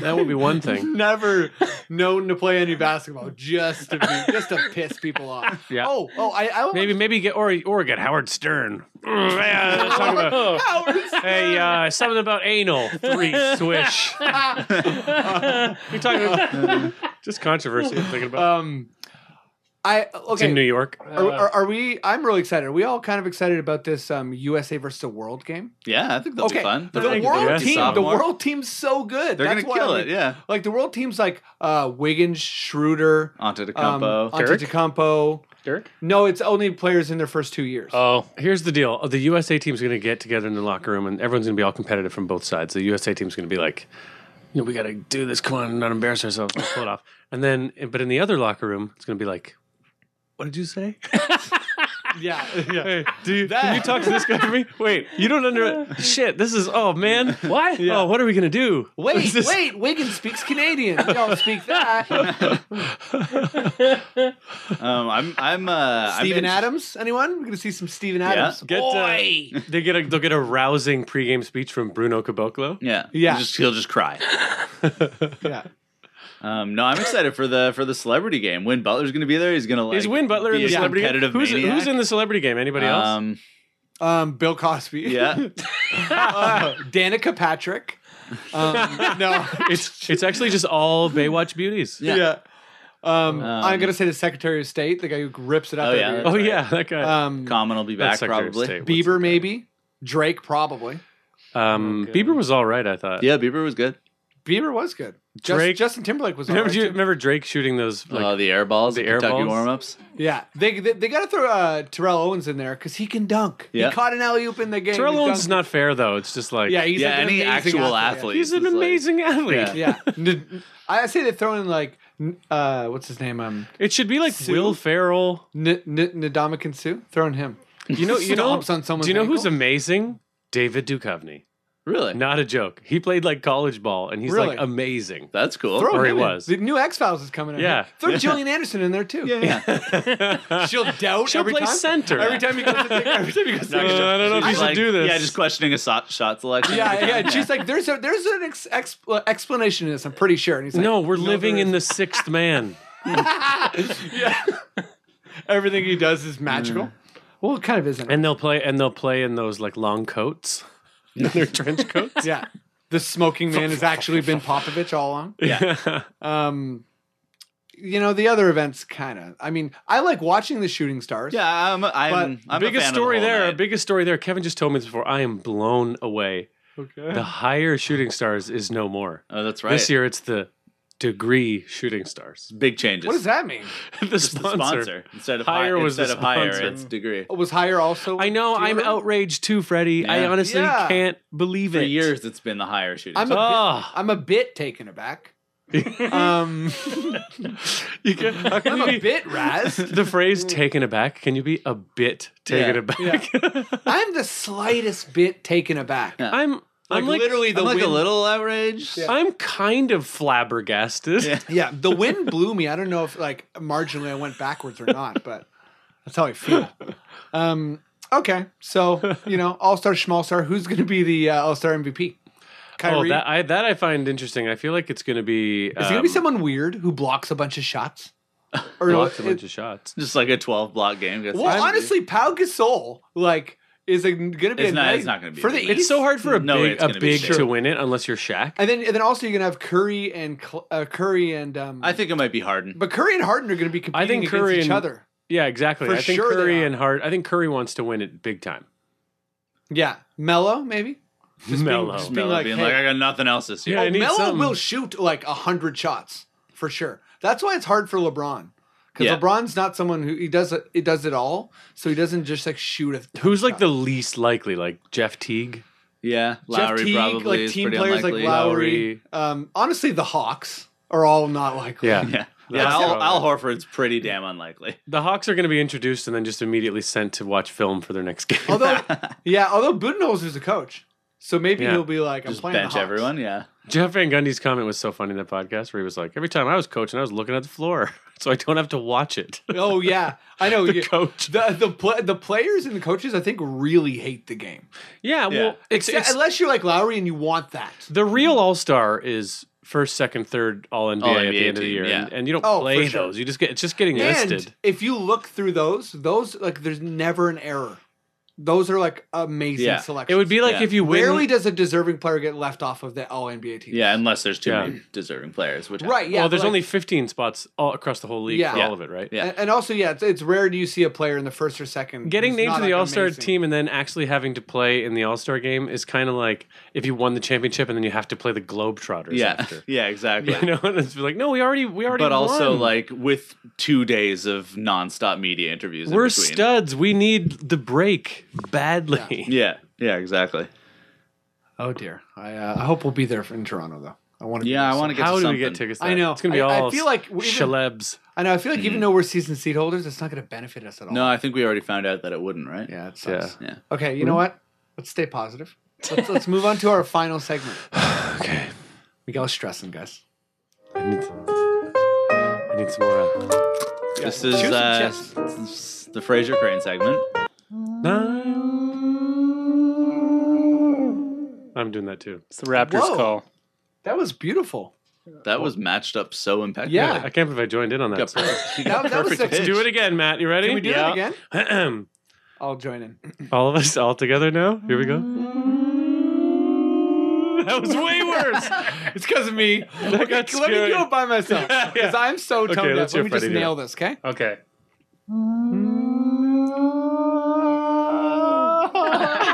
S6: That would be one
S4: [laughs]
S6: thing.
S4: Never known to play any basketball, just to be, just to piss people off.
S6: Yeah.
S4: Oh, oh, I, I [laughs]
S6: Maybe, maybe get or or get Howard Stern. Mm, yeah, let's talk about-
S4: [laughs]
S6: hey, uh, something about anal three
S4: [laughs]
S6: swish. You're talking about [laughs] just controversy. I'm thinking about
S4: um, I
S6: it's in New
S4: okay.
S6: York.
S4: Are, are, are we? I'm really excited. Are we all kind of excited about this um, USA versus the World game?
S5: Yeah, I think that'll
S4: okay,
S5: be fun.
S4: the
S5: They're like
S4: world
S5: rookie
S4: team, the
S5: sophomore.
S4: world team's so good.
S5: They're
S4: That's
S5: gonna
S4: why
S5: kill
S4: I'm-
S5: it. Yeah.
S4: Like the world team's like uh, Wiggins, Schroeder,
S5: Onto the
S4: um,
S5: compo.
S4: Antetokounmpo.
S3: Dirk?
S4: No, it's only players in their first two years.
S3: Oh,
S6: Here's the deal: the USA team's going to get together in the locker room, and everyone's going to be all competitive from both sides. The USA team's going to be like, "You know, we got to do this. Come on, not embarrass ourselves. Let's pull it off." And then, but in the other locker room, it's going to be like, "What did
S5: [laughs]
S6: you say?
S4: [laughs] yeah, yeah.
S6: Hey, do you, can you talk to this guy for me? Wait, you don't under
S5: [laughs]
S6: shit. This is oh man,
S3: what?
S6: oh what are we gonna do?
S4: Wait,
S6: Is this-
S4: wait, Wiggins speaks Canadian. We don't
S6: [laughs]
S4: speak
S5: [laughs]
S4: that.
S5: Um, I'm. I'm. Uh, I'm
S4: Steven
S5: in-
S4: Adams, anyone? We're gonna see some Steven Adams.
S6: Get, uh, [laughs] they get a they'll get a rousing pregame speech from Bruno Caboclo.
S5: Yeah.
S4: Yeah.
S5: He'll just, he'll just cry.
S4: Yeah.
S5: Um, no, I'm excited for the for the celebrity game. Win Butler's going to be there. He's going to like.
S6: Is Win Butler
S5: be
S6: in the
S5: a
S6: celebrity game?
S5: competitive
S6: Who's,
S5: maniac.
S6: who's in the celebrity game? Anybody else?
S5: Um,
S4: Um, Bill Cosby. [laughs]
S5: yeah.
S4: Uh, Danica Patrick. Um, [laughs] no.
S6: it's it's actually just all Baywatch beauties.
S5: Yeah.
S4: Um,
S5: Um,
S4: I'm gonna say the Secretary of State, the guy who rips it up.
S5: Oh, yeah.
S4: every
S6: Oh
S5: Right.
S6: yeah, that guy.
S4: year. Um,
S5: Common will be
S6: That's
S5: back
S6: Secretary of
S5: probably.
S6: State. What's
S4: Bieber maybe. Drake probably.
S6: Um, Bieber was all right, I thought.
S5: Yeah, Bieber was good.
S4: Bieber was good. Just,
S6: Drake-
S4: Justin Timberlake was.
S6: [laughs] [laughs] Remember,
S4: alright,
S6: do you
S4: too.
S6: remember Drake shooting those? Like,
S5: uh, the air balls,
S6: the
S5: the
S6: air
S5: Kentucky
S6: balls?
S5: warm ups.
S4: Yeah, they they, they got to throw uh, Terrell Owens in there because he can dunk.
S5: Yeah.
S4: He caught an alley oop in the game.
S6: Terrell
S4: He
S6: Owens is
S4: dunked.
S6: not fair though. It's just like
S4: Yeah, he's
S5: yeah,
S4: like an
S5: any
S4: amazing
S5: actual athlete.
S6: he's an
S5: is, like-
S6: amazing athlete.
S5: Yeah.
S4: Yeah, [laughs] yeah. N- I say they throw in like n- uh, what's his name? Um,
S6: It should be like
S4: Sue?
S6: Will Ferrell.
S4: N- N- Ndamukong Suh. Throwing
S6: [laughs]
S4: him.
S6: You know, you know,
S4: Stomps on someone's
S6: do you know who's
S4: ankle?
S6: amazing? David Duchovny.
S5: Really?
S6: Not a joke. He played like college ball, and he's
S4: Really?
S6: like amazing.
S5: That's cool.
S4: Throw
S6: Or he
S4: him in.
S6: was.
S4: The new X Files is coming out.
S6: Yeah.
S4: Throw Jillian Anderson in there too. [laughs]
S5: yeah.
S4: She'll doubt.
S6: She'll
S4: every
S6: play
S4: time.
S6: center.
S4: Every
S6: [laughs]
S4: time he goes to take, every time he goes to
S6: Uh, I don't know if
S5: She's
S6: you should
S5: like-
S6: do this.
S5: Yeah, just questioning a shot, shot selection.
S4: Yeah, yeah. She's like, there's a there's an ex, ex, explanation to this. I'm pretty sure. And he's like,
S6: [laughs] no, we're
S4: "No,
S6: living
S4: there
S6: in the sixth man.
S4: Everything he does is magical. Well, it kind of isn't.
S6: Mm. And they'll play, and they'll play in those like long [laughs] coats, in their trench
S4: [laughs]
S6: coats.
S4: yeah, the smoking man has actually been Popovich all along.
S6: [laughs] [laughs] Yeah.
S4: Um, you know, the other events kind of. I mean, I like watching the shooting stars.
S5: Yeah, I'm. I'm.
S4: But
S5: I'm a
S6: biggest
S5: fan
S6: story
S5: of the whole
S6: there.
S5: night.
S6: Biggest story there. Kevin just told me this before. I am blown away. The
S5: [laughs]
S4: Okay.
S6: higher shooting stars is no more.
S5: Oh, that's right.
S6: This year it's the degree shooting stars. [laughs]
S5: big changes.
S4: What does that mean?
S6: the,
S5: It's the
S6: sponsor.
S5: sponsor instead of
S6: Higher
S5: higher
S6: was the
S5: instead of higher,
S6: sponsor.
S5: it's degree.
S6: Oh,
S4: Was higher also?
S6: I know. I'm
S4: Dealer?
S6: outraged too, Freddie. I
S5: Yeah.
S6: honestly
S4: Yeah.
S6: can't believe
S5: For
S6: it.
S5: years, it's been the higher shooting.
S4: I'm a
S5: star.
S6: Ah.
S4: I'm a bit taken
S6: [laughs]
S4: aback. um,
S6: [laughs] You can- how can
S4: I'm
S6: you
S4: a
S6: be-
S4: bit razzed.
S6: the phrase "taken aback." Can you be a bit taken
S5: Yeah.
S6: aback?
S4: I'm the slightest bit taken aback.
S5: Yeah.
S6: [laughs] I'm. I'm like.
S4: literally
S5: I'm like a
S4: wind-
S5: little outraged.
S4: Yeah.
S6: I'm kind of flabbergasted.
S5: Yeah.
S4: Yeah, the wind blew me. I don't know if like marginally I went backwards or not, but that's how I feel. Um, okay, so you know, All Star, Small Star. Who's going to be the uh, All Star MVP?
S6: [laughs] Oh,
S4: Kyrie.
S6: that I that I find interesting. I feel like it's going to be. um,
S4: Is it going to be someone weird who blocks a bunch of shots? Or no,
S6: Blocks a bunch
S4: it-
S6: of shots.
S5: Just like a 12 block game. Guess
S4: well, honestly, Pau Gasol like is going to be
S5: It's
S4: a
S5: not-
S4: nice-
S5: it's not gonna be
S4: for
S5: a
S4: the
S5: good
S4: East.
S5: night.
S6: It's so hard for a
S5: No,
S6: big
S5: it's
S6: a
S5: gonna be
S6: big
S5: shit.
S6: to win it unless you're Shaq.
S4: and then and then also you're going to have Curry and Cl- uh, Curry and um,
S5: I think it might be Harden.
S4: but Curry and Harden are going to be competing
S6: think
S4: against
S6: Curry
S4: each
S6: and-
S4: other.
S6: yeah, exactly.
S4: For
S6: I think
S4: sure they
S6: Curry
S4: are.
S6: and Hart. I think Curry wants to win it big time.
S4: Yeah, Mello maybe. Just being-
S6: Mello.
S4: just being
S5: Melo
S4: like,
S5: being
S4: "Hey,
S5: like, I got nothing else this year.
S6: Yeah, I
S4: Oh,
S6: need
S4: Melo
S6: something.
S4: will shoot like a hundred shots for sure. That's why it's hard for LeBron because
S5: Yeah.
S4: LeBron's not someone who he does it. He does it all, so he doesn't just like shoot a. [laughs]
S6: Who's like the least likely? Like Jeff Teague?
S5: Yeah, Lowry
S4: Jeff Teague,
S5: probably
S4: like
S5: is
S4: team
S5: pretty
S4: players
S5: unlikely.
S4: like Lowry. Um, honestly, the Hawks are all not likely.
S6: Yeah.
S5: Yeah, yeah.
S6: That's
S5: Al,
S6: probably-
S5: Al Horford's pretty damn unlikely.
S6: The Hawks are going to be introduced and then just immediately sent to watch film for their next game.
S4: Although,
S5: [laughs]
S4: yeah, although Budenholzer's a coach, so maybe
S6: Yeah.
S4: he'll be like, I'm
S5: Just
S4: playing the
S5: bench
S4: Hawks.
S5: everyone. Yeah,
S6: [laughs] Jeff Van Gundy's comment was so funny in that podcast where he was like, "Every time I was coaching, I was looking at the floor, [laughs] so I don't have to watch it."
S4: [laughs]
S6: [laughs]
S4: Oh yeah, I know.
S6: The
S4: you-
S6: coach.
S4: the the, pla the players and the coaches, I think, really hate the game.
S6: yeah, well, it's,
S4: Except,
S6: it's-
S4: unless you're like Lowry and you want that.
S6: the real All Star is first, second, third All NBA at
S5: All-NBA
S6: the end of the
S5: team,
S6: year,
S5: yeah.
S6: and, and you don't
S4: Oh,
S6: play
S4: for sure.
S6: those. You just get it's just getting listed.
S4: And if you look through those, those like there's never an error. Those are like amazing
S5: Yeah.
S4: selections.
S6: It would be like
S5: Yeah.
S6: if you win.
S4: rarely does a deserving player get left off of the All NBA team.
S5: yeah. Unless there's too
S6: Yeah.
S5: many deserving players,
S4: [laughs]
S5: which
S4: right. Yeah,
S6: well,
S4: but,
S6: there's
S4: like-
S6: only 15 spots all across the whole league
S4: Yeah.
S6: for
S4: Yeah.
S6: all of it, right?
S5: Yeah.
S4: And, and also, yeah, it's, it's rare do you see a player in the first or second
S6: Getting
S4: who's
S6: named
S4: not,
S6: to the
S4: like,
S6: All Star
S4: amazing.
S6: team and then actually having to play in the All Star game is kind of like if you won the championship and then you have to play the Globetrotters
S5: Yeah, [laughs]
S6: after.
S5: yeah, exactly.
S6: You know, [laughs] and it's like, no, we already, we already.
S5: but also
S6: won.
S5: like with two days of nonstop media interviews. in
S6: we're
S5: between.
S6: studs. We need the break badly.
S5: Yeah, yeah, exactly.
S4: Oh dear, I, uh, I hope we'll be there in Toronto though. I want to.
S5: Yeah, I want to get.
S6: How
S5: to
S6: do we
S5: something.
S6: get tickets? to
S4: I
S6: that?
S4: know.
S6: it's gonna be
S4: I- I
S6: all.
S4: feel like we-
S6: shalebs.
S4: I know. I feel like
S6: Mm-hmm.
S4: even though we're season seat holders, it's not going to benefit us at all.
S5: No, I think we already found out that it wouldn't, right?
S4: Yeah, it
S6: Yeah. Mm-hmm.
S4: sucks.
S5: Yeah.
S4: Okay, you know what? Let's stay positive. Let's, let's move on to our final segment.
S6: [sighs] Okay,
S4: We got stressing, guys.
S6: I need. I need some more.
S5: [laughs]
S6: Uh,
S5: This is
S4: Cheers and
S5: uh,
S4: chips.
S5: s- the Fraser Crane segment.
S6: I'm doing that too.
S3: It's the Raptors
S4: Whoa.
S3: call.
S4: That was beautiful.
S5: That was matched up so impeccable.
S4: Yeah.
S6: I can't believe I joined in on
S5: [laughs]
S6: that.
S5: Got
S6: So.
S5: perfect-
S4: [laughs]
S5: you
S4: That,
S5: got
S4: that was
S5: perfect
S4: sexy.
S5: pitch.
S6: Do it again, Matt. You ready?
S4: Can we do that again?
S6: again?
S4: I'll join in.
S6: [clears throat] all of us all together now. Here we go. That was way worse.
S4: It's because of me. [laughs]
S6: That got
S4: Let me
S6: scary.
S4: do it by myself because
S6: [laughs] Yeah.
S4: I'm so
S6: Okay,
S4: toned okay,
S6: let's
S4: Let
S6: hear
S4: me just
S6: Freddie do
S4: nail this,
S6: [laughs]
S4: okay?
S6: Okay.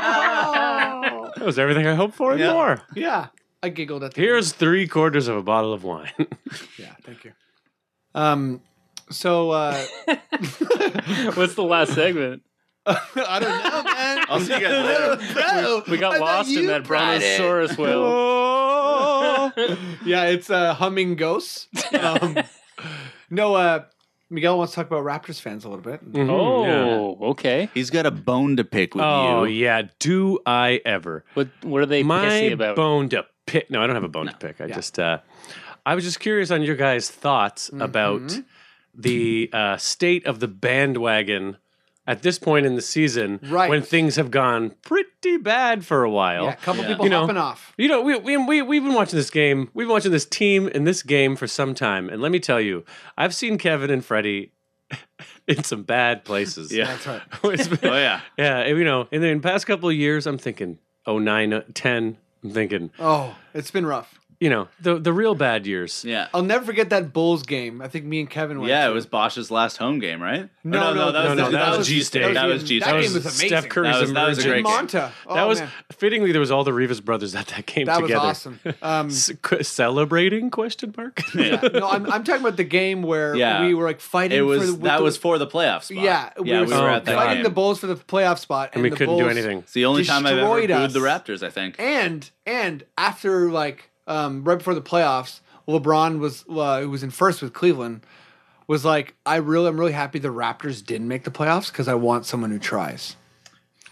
S6: That was everything I hoped for and
S5: Yeah.
S6: more.
S4: Yeah, I giggled at the
S6: Here's three quarters of a bottle of wine.
S4: Yeah, thank you. Um, so uh, [laughs]
S3: What's the last segment?
S4: I don't know, man.
S5: [laughs] I'll see you
S4: [laughs]
S5: guys later.
S4: No,
S3: We got
S4: I thought
S3: lost in
S4: you
S3: that
S4: brought it.
S3: brontosaurus
S6: [laughs]
S3: whale.
S6: Oh.
S4: Oh. [laughs] Yeah, it's uh, humming ghosts. Um, no, uh, Miguel wants to talk about Raptors fans a little bit.
S6: Mm,
S3: Oh, okay.
S5: He's got a bone to pick with
S6: Oh
S5: you.
S6: yeah, do I ever?
S3: What what are they
S6: My
S3: pissy about?
S6: bone to pick. No, I don't have a bone to pick. I just uh I was just curious on your guys' thoughts about the uh, state of the bandwagon at this point in the season
S4: Right.
S6: when things have gone pretty bad for a while.
S4: Yeah, a couple
S5: Yeah.
S4: people
S6: You know,
S4: hopping off.
S6: You know, we, we, we, we've been watching this game, we've been watching this team in this game for some time. And let me tell you, I've seen Kevin and Freddie [laughs] in some bad places.
S5: Yeah.
S4: That's right.
S6: [laughs] It's been-
S5: Oh yeah.
S6: yeah, you know, in the in the past couple of years, I'm thinking, oh, nine, uh, 10, I'm thinking,
S4: Oh, it's been rough.
S6: you know, the, the real bad years.
S5: Yeah.
S4: I'll never forget that Bulls game. I think me and Kevin went.
S5: Yeah,
S4: to.
S5: it was Bosch's last home game, right?
S4: No,
S5: Or
S4: no,
S6: no, no, that was G-State.
S5: That was G
S4: That
S5: State.
S4: game
S5: [laughs]
S4: was amazing.
S6: Steph Curry's
S5: That was- that was a great
S6: emergence.
S5: game.
S4: Monta. Oh,
S6: that was
S5: [laughs]
S4: man.
S6: fittingly there was all the Rivas brothers at that game
S4: that was
S6: together.
S4: awesome. Um,
S6: C- qu- celebrating question mark. [laughs]
S5: Yeah.
S4: no, I'm, I'm talking about the game where
S5: Yeah.
S4: we were like fighting.
S5: It
S4: for the,
S5: was
S4: with
S5: that
S4: the-
S5: was for the playoff spot.
S4: Yeah,
S5: we yeah, were, we were
S6: so
S5: at that
S4: fighting
S5: game.
S4: the Bulls for the playoff spot, and
S6: and we
S4: the
S6: couldn't do
S4: Bulls-
S6: anything.
S5: it's the only time I've ever
S4: destroyed
S5: booed
S4: us.
S5: the Raptors. I think.
S4: And and after like um, right before the playoffs, LeBron was uh, who was in first with Cleveland was like, I really I'm really happy the Raptors didn't make the playoffs because I want someone who tries.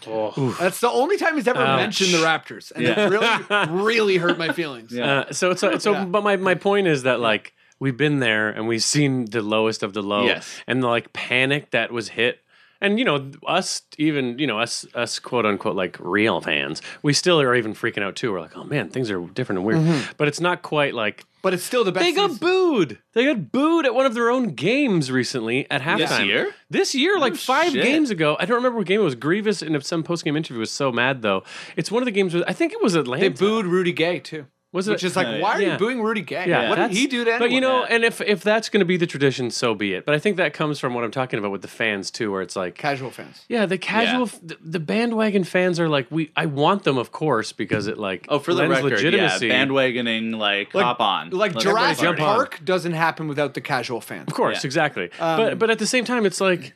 S4: That's the only time he's ever
S6: Ouch.
S4: mentioned the Raptors, and
S5: Yeah.
S4: it
S6: [laughs]
S4: really really hurt my feelings.
S5: Yeah.
S6: Uh, so so so.
S4: Yeah.
S6: But my my point is that like we've been there and we've seen the lowest of the low,
S5: Yes.
S6: and the like panic that was hit. And you know us, even you know us, us quote unquote like real fans. We still are even freaking out too. We're like, oh man, things are different and weird. But it's not quite like
S4: But it's still the best.
S6: they got
S4: season.
S6: booed. They got booed at one of their own games recently at halftime.
S5: This year?
S6: This year, like five
S5: shit.
S6: games ago. I don't remember what game it was. Grievous in some post game interview was so mad though. It's one of the games. With, I think it was Atlanta.
S4: They booed Rudy Gay too.
S6: Was it?
S4: Which is like,
S5: Yeah.
S4: why are
S6: Yeah.
S4: you booing Rudy Gay?
S6: Yeah,
S4: what did
S6: that's-
S4: he do to anyone?
S6: But you know, and if if that's going to be the tradition, so be it. But I think that comes from what I'm talking about with the fans too, where it's like,
S4: casual fans.
S6: yeah, the casual, f The, the bandwagon fans are like, we, I want them, of course, because it like,
S5: Oh, for the
S6: lends
S5: record,
S6: legitimacy.
S5: yeah, bandwagoning like, hop on,
S4: Like
S5: Let's
S4: Jurassic
S5: party.
S6: jump on.
S4: Park doesn't happen without the casual fans.
S6: of course,
S5: Yeah.
S6: exactly.
S4: Um,
S6: but but at the same time, it's like,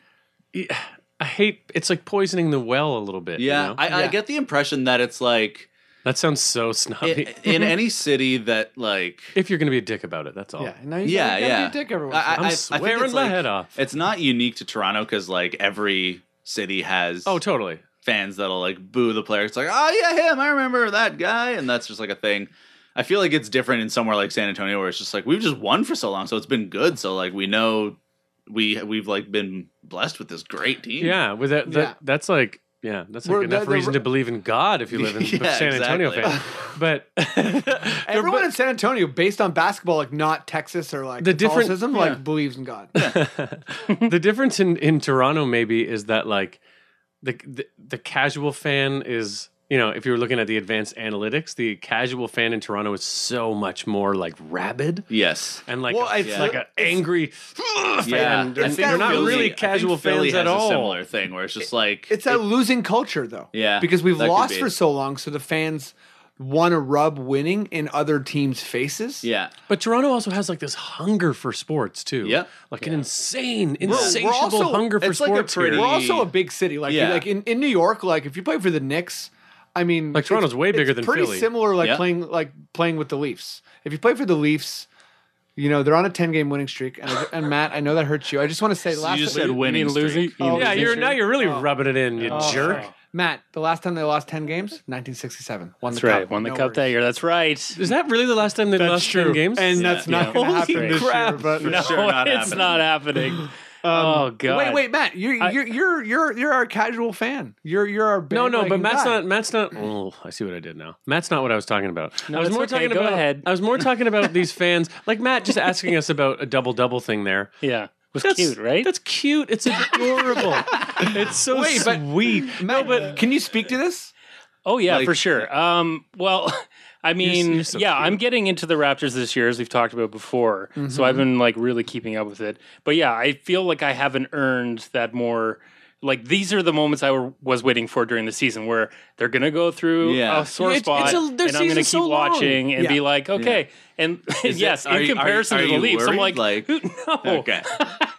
S6: I hate. It's like poisoning the well a little bit. you
S5: Yeah,
S6: know?
S5: I, I
S4: Yeah.
S5: get the impression that it's like
S6: That sounds so snobby.
S5: I-
S6: [laughs]
S5: in any city that like
S6: if you're going to be a dick about it, that's all.
S4: Yeah, no, you
S5: yeah,
S4: gotta, you
S5: yeah.
S4: gotta be a dick every once in a
S5: I,
S4: while.
S5: I- I
S6: I'm
S5: think
S6: swearing
S5: it's
S6: my
S5: like-
S6: head off.
S5: It's not unique to Toronto because like every city has
S6: Oh, totally.
S5: fans that'll like boo the player. It's like, oh yeah, him. I remember that guy, and that's just like a thing. I feel like it's different in somewhere like San Antonio where it's just like we've just won for so long, so it's been good. So like we know we we've like been blessed with this great team.
S6: Yeah, with that, that
S4: Yeah.
S6: that's like yeah, that's like
S4: We're-
S6: enough
S4: the- the-
S6: reason to believe in God if you
S5: [laughs]
S6: live in
S5: Yeah,
S6: San Antonio
S5: exactly.
S6: fan.
S5: [laughs]
S6: But [laughs]
S4: Everyone in San Antonio, based on basketball, like not Texas or like
S6: The different-
S4: Catholicism,
S5: yeah.
S4: like believes in God.
S6: the difference in, in Toronto maybe is that like the, the the casual fan is you know if you were looking at the advanced analytics, the casual fan in Toronto is so much more like rabid
S5: Yes.
S6: and like
S4: Well,
S6: a-
S4: it's-
S6: like an angry fan.
S5: Yeah.
S6: And I
S4: It's
S6: think they're
S4: that
S6: not
S4: Philly- I
S6: really
S5: think
S6: casual
S5: Philly
S6: fans at
S5: has
S6: all.
S5: A similar thing where it's just like
S4: [laughs] It's that losing culture, though.
S5: Yeah,
S4: Because we've
S5: that could
S4: lost
S5: be.
S4: for so long, so the fans want to rub winning in other teams' faces.
S5: yeah.
S6: But Toronto also has like this hunger for sports too.
S5: Yep.
S6: Like an insane,
S4: We're-
S6: insatiable
S4: we're also-
S6: hunger for
S5: it's like a
S6: sports. here.
S5: pretty-
S4: We're also a big city. Like,
S5: Yeah.
S4: like in, in New York, like if you play for the Knicks, I mean,
S6: Like, Toronto's
S4: it's-
S6: way bigger
S4: it's
S6: than
S4: pretty
S6: Philly.
S4: similar. Like
S5: Yeah.
S4: playing like playing with the Leafs. If you play for the Leafs, you know they're on a ten game winning streak. And, I- and Matt, I know that hurts you. I just want to say last
S5: you just
S4: time-
S5: said winning
S3: mean losing?
S5: streak.
S3: You mean
S4: Oh,
S6: yeah,
S3: losing
S6: you're
S3: streak?
S6: now you're really rubbing it in, you
S4: Oh.
S6: jerk.
S4: Matt, the last time they lost ten games, 1967. Won
S3: That's
S4: the
S3: right.
S4: cup.
S3: Won the
S4: No
S3: cup
S4: worries.
S3: that year. That's
S4: [laughs]
S3: right.
S6: Is that really the last time they lost ten games?
S4: And
S5: Yeah,
S4: that's not
S5: yeah.
S4: going to
S6: Holy
S4: happen this
S6: crap.
S4: year. But
S5: For
S3: [laughs]
S5: sure not
S3: it's
S5: happening.
S3: not
S4: [laughs]
S3: happening. oh god.
S4: Um, Wait, wait, Matt, you're
S3: I-
S4: you're you're you're you're our casual fan. You're you're our
S6: no, no, but
S4: bandwagon guy.
S6: Matt's not. Matt's not. Oh, I see what I did now. Matt's not what I was talking about.
S3: No,
S6: I was
S3: it's okay,
S6: talking
S3: go
S6: about.
S3: ahead.
S6: I was more talking about these fans, like Matt, just asking us about a double double thing. There
S3: Yeah. Was
S6: That's-
S3: cute, right?
S6: That's cute. It's adorable. it's so
S4: Wait, but-
S6: sweet.
S4: [laughs] Matt, uh, can you speak to this?
S3: Oh yeah,
S5: Like-
S3: for sure. Um, well, [laughs] I mean,
S6: you're so
S3: yeah, I'm getting into the Raptors this year, as we've talked about before. So
S5: Mm-hmm.
S3: I've been like really keeping up with it. But yeah, I feel like I haven't earned that more. Like these are the moments I were, was waiting for during the season, where they're gonna go through
S5: Yeah.
S3: a sore
S6: It's- it's
S3: spot,
S6: a-
S3: and
S6: their
S3: I'm gonna keep
S6: season's so long.
S3: watching and be
S4: Yeah.
S3: like, okay. And [laughs]
S5: Is it-
S3: yes, in
S5: are you- are you-
S3: comparison
S5: are
S3: to the
S5: you
S3: Leafs, I'm
S5: worried?
S3: like, [laughs]
S5: Like-
S3: who, no,
S4: [laughs]
S5: Okay.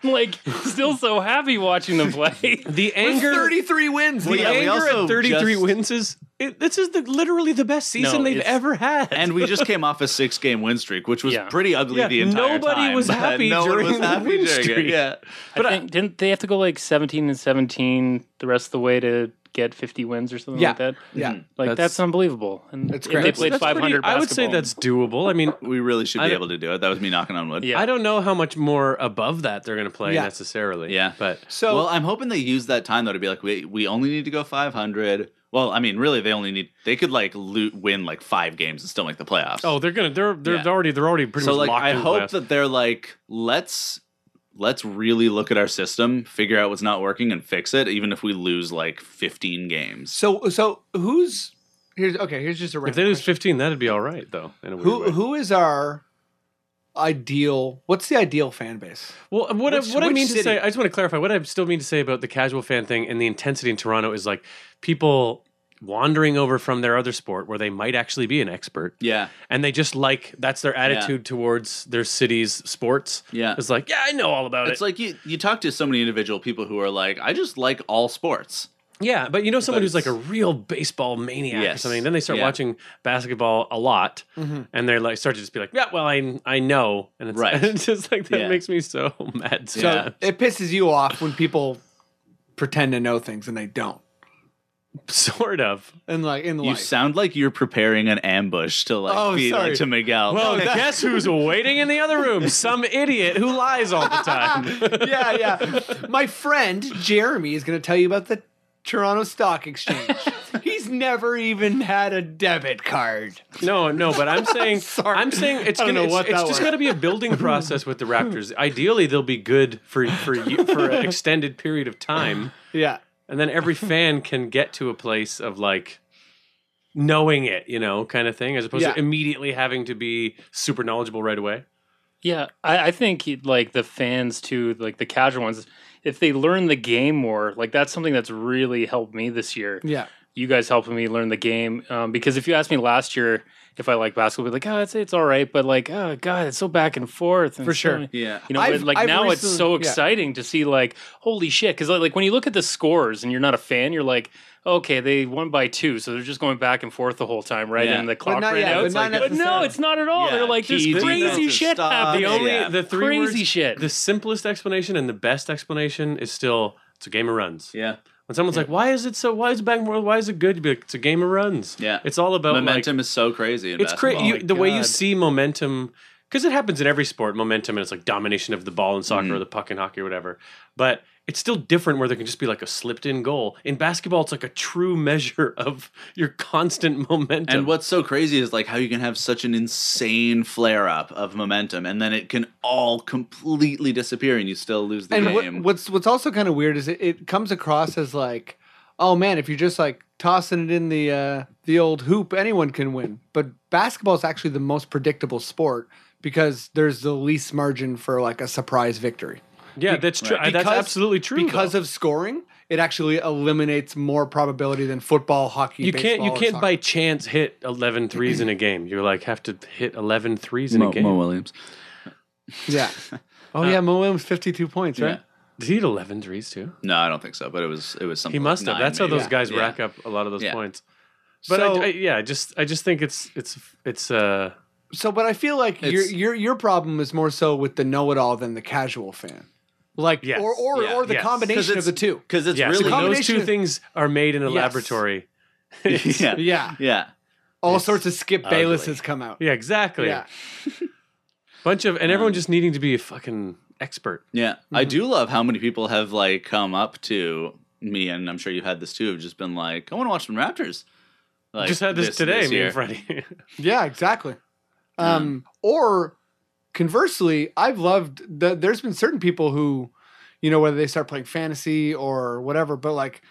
S3: I'm like still so happy watching them
S5: [laughs]
S3: play.
S6: The anger.
S4: Thirty-three wins.
S5: Well,
S6: the
S5: yeah, we
S6: anger
S5: also
S6: at 33
S5: just-
S6: wins is it, this is the, literally the best season
S3: No,
S6: they've
S3: it's-
S6: ever had.
S5: and we just came off a six game win streak, which was
S3: Yeah.
S5: pretty ugly
S6: Yeah,
S5: the entire
S6: nobody
S5: time. [laughs]
S6: was
S5: but
S6: happy
S5: no one
S6: during
S5: was
S6: the
S5: happy
S6: win
S5: during it,
S6: streak.
S5: Yeah.
S3: I think, didn't they have to go like 17 and 17 the rest of the way to get 50 wins or something
S4: Yeah.
S3: like that? Mm-hmm.
S4: Yeah.
S3: Like that's,
S6: That's-
S3: unbelievable. And
S4: That's
S3: if
S4: great.
S3: they
S4: That's-
S3: played
S6: That's
S3: 500
S6: pretty- I would say
S3: basketball.
S6: that's doable. I mean,
S5: We really should
S6: I
S5: be
S6: don't-
S5: able to do it. That was me knocking on wood.
S3: Yeah.
S6: I don't know how much more above that they're going to play
S4: Yeah.
S6: necessarily.
S5: Yeah.
S6: but
S4: So
S5: well, I'm hoping they use that time though to be like, we we only need to go 500. Well, I mean, really, they only need they could like loot, win like five games and still make the playoffs.
S6: oh, they're gonna they're they're
S5: Yeah.
S6: already they're already pretty
S5: so like,
S6: much locked
S5: I
S6: in
S5: hope
S6: playoffs.
S5: that they're like, let's let's really look at our system, figure out what's not working, and fix it, even if we lose like 15 games.
S4: so so who's here's okay. Here's just a
S6: if
S4: random
S6: they lose
S4: question.
S6: fifteen, that'd be all right though. In a weird way.
S4: who who is our ideal? What's the ideal fan base?
S6: Well, what,
S4: Which-
S6: I, what I
S4: which
S6: mean to
S4: city?
S6: say, I just want to clarify what I still mean to say about the casual fan thing and the intensity in Toronto is like people wandering over from their other sport where they might actually be an expert
S5: yeah,
S6: and they just like that's their attitude towards their city's sports.
S5: Yeah.
S6: It's like, yeah, I know all about
S5: it's
S6: it.
S5: like you you talk to so many individual people who are like, I just like all sports.
S6: yeah, but you know someone
S5: But
S6: who's like a
S5: it's-
S6: real baseball maniac or
S5: Yes.
S6: something, then they start
S5: Yeah. Mm-hmm.
S6: watching basketball a lot and they're like start to just be like, Yeah, well I I know and it's,
S5: Right.
S6: it's [laughs] just like that
S5: Yeah.
S6: makes me so [laughs] mad.
S5: So-
S6: sometimes.
S4: It pisses you off when people pretend to know things and they don't.
S6: sort of.
S4: And like in
S5: You
S4: life,
S5: sound like you're preparing an ambush to like
S4: Oh,
S5: be
S4: sorry.
S5: like to Miguel. [laughs]
S6: Well, guess who's waiting in the
S4: [laughs]
S6: other room? Some idiot who lies all the time.
S4: [laughs] yeah, yeah. My friend Jeremy is going to tell you about the Toronto Stock
S5: [laughs]
S4: Exchange. He's never even had a debit card.
S6: no, no,
S4: [laughs]
S6: but I'm saying,
S4: Sorry.
S6: I'm saying it's
S4: I don't
S6: gonna,
S4: know
S6: it's,
S4: what
S6: it's
S4: that was.
S6: just got to be
S4: [laughs]
S6: a building process with the Raptors. Ideally, they'll be good for for you
S4: [laughs]
S6: for an extended period of time,
S4: Yeah.
S6: and then every fan can get to a place of like knowing it, you know, kind of thing, as opposed
S4: Yeah.
S6: to immediately having to be super knowledgeable right away.
S3: Yeah, I, I think like the fans too, like the casual ones, if they learn the game more, like that's something that's really helped me this year.
S4: Yeah.
S3: you guys helping me learn the game. Um, because if you asked me last year if I like basketball, I'd be like, oh, I'd say it's all right, but like, oh god, it's so back and forth. And
S4: For
S3: so
S4: sure.
S3: many-
S5: Yeah.
S3: you know,
S4: I've-
S3: but like
S4: I've
S3: now it's
S4: recently-
S3: so
S4: yeah.
S3: exciting to see like, holy shit, because like, like when you look at the scores and you're not a fan, you're like, okay, they won by two, so they're just going back and forth the whole time, right?
S5: Yeah.
S3: And the
S5: But
S3: clock
S4: not
S3: ran
S4: yet,
S3: out.
S4: but
S3: It's like,
S4: not
S3: But no,
S4: necessarily.
S3: it's not at all.
S5: Yeah,
S3: They're like, there's
S5: key
S3: crazy
S5: defensive
S3: shit
S5: stop.
S3: happening.
S6: The only
S5: Yeah.
S6: the three
S3: Crazy
S6: words,
S3: shit.
S6: The simplest explanation and the best explanation is still it's a game of runs.
S5: Yeah.
S6: When someone's like, "Why is it so? Why is Bang World? Why is it good?" You'd be like, "It's a game of runs."
S5: Yeah.
S6: It's all about like-
S5: Momentum is Oh so crazy. In
S6: it's
S5: basketball.
S6: crazy.
S3: my
S6: The way you
S3: God.
S6: see momentum, because it happens in every sport, momentum, and it's like domination of the ball in soccer or the puck in hockey or whatever. But it's still different where there can just be like a slipped in goal. In basketball, it's like a true measure [laughs] of your constant momentum.
S5: And what's so crazy is like how you can have such an insane flare up of momentum, and then it can all completely disappear, and you still lose the
S4: And what,
S5: game.
S4: what's what's also kind of weird is it, it comes across as like, oh man, if you're just like tossing it in the uh, the old hoop, anyone can win. But basketball is actually the most predictable sport because there's the least margin for like a surprise victory.
S6: yeah, that's true.
S5: right.
S6: That's
S4: Because-
S6: absolutely true.
S4: Because of scoring, it actually eliminates more probability than football, hockey.
S6: you can't you
S4: baseball, or
S6: can't
S4: soccer.
S6: by chance hit 11 threes in a game. You like have to hit 11 threes in
S5: Mo,
S6: a game.
S5: Mo Williams.
S4: Yeah. [laughs] Oh yeah, Mo Williams fifty two points, right?
S6: Did he hit 11 threes too?
S5: No, I don't think so. But it was it was something.
S6: He must
S5: like
S6: have.
S5: nine,
S6: That's how
S5: maybe.
S6: those guys
S5: Yeah.
S6: rack up a lot of those
S5: Yeah.
S6: points. But
S4: So-
S6: I, I, yeah, I just I just think it's it's it's uh
S4: So, but I feel like your
S5: It's-
S4: your your problem is more so with the know it all than the casual fan, like
S6: Yes.
S4: or or
S5: Yeah.
S4: or the
S6: Yes.
S4: combination of
S5: it's-
S4: the two.
S5: Because it's
S6: yeah, so
S5: really
S6: those
S4: combination
S6: two
S4: of-
S6: things are made in a
S4: Yes.
S6: laboratory.
S5: [laughs] yeah.
S6: [laughs]
S5: yeah,
S4: Yeah, all sorts of Skip
S5: ugly.
S4: Baylesses come out.
S6: Yeah, exactly.
S4: Yeah.
S6: Bunch of and everyone just needing to be a fucking expert.
S5: Yeah.
S6: Mm-hmm.
S5: I do love how many people have like come up to me, and I'm sure you've had this too. Have just been like, I want to watch some Raptors. Like,
S6: just had this, today, me
S5: year.
S6: and Freddie. [laughs]
S4: Yeah, exactly. Um, Or conversely, I've loved that there's been certain people who, you know, whether they start playing fantasy or whatever, but like,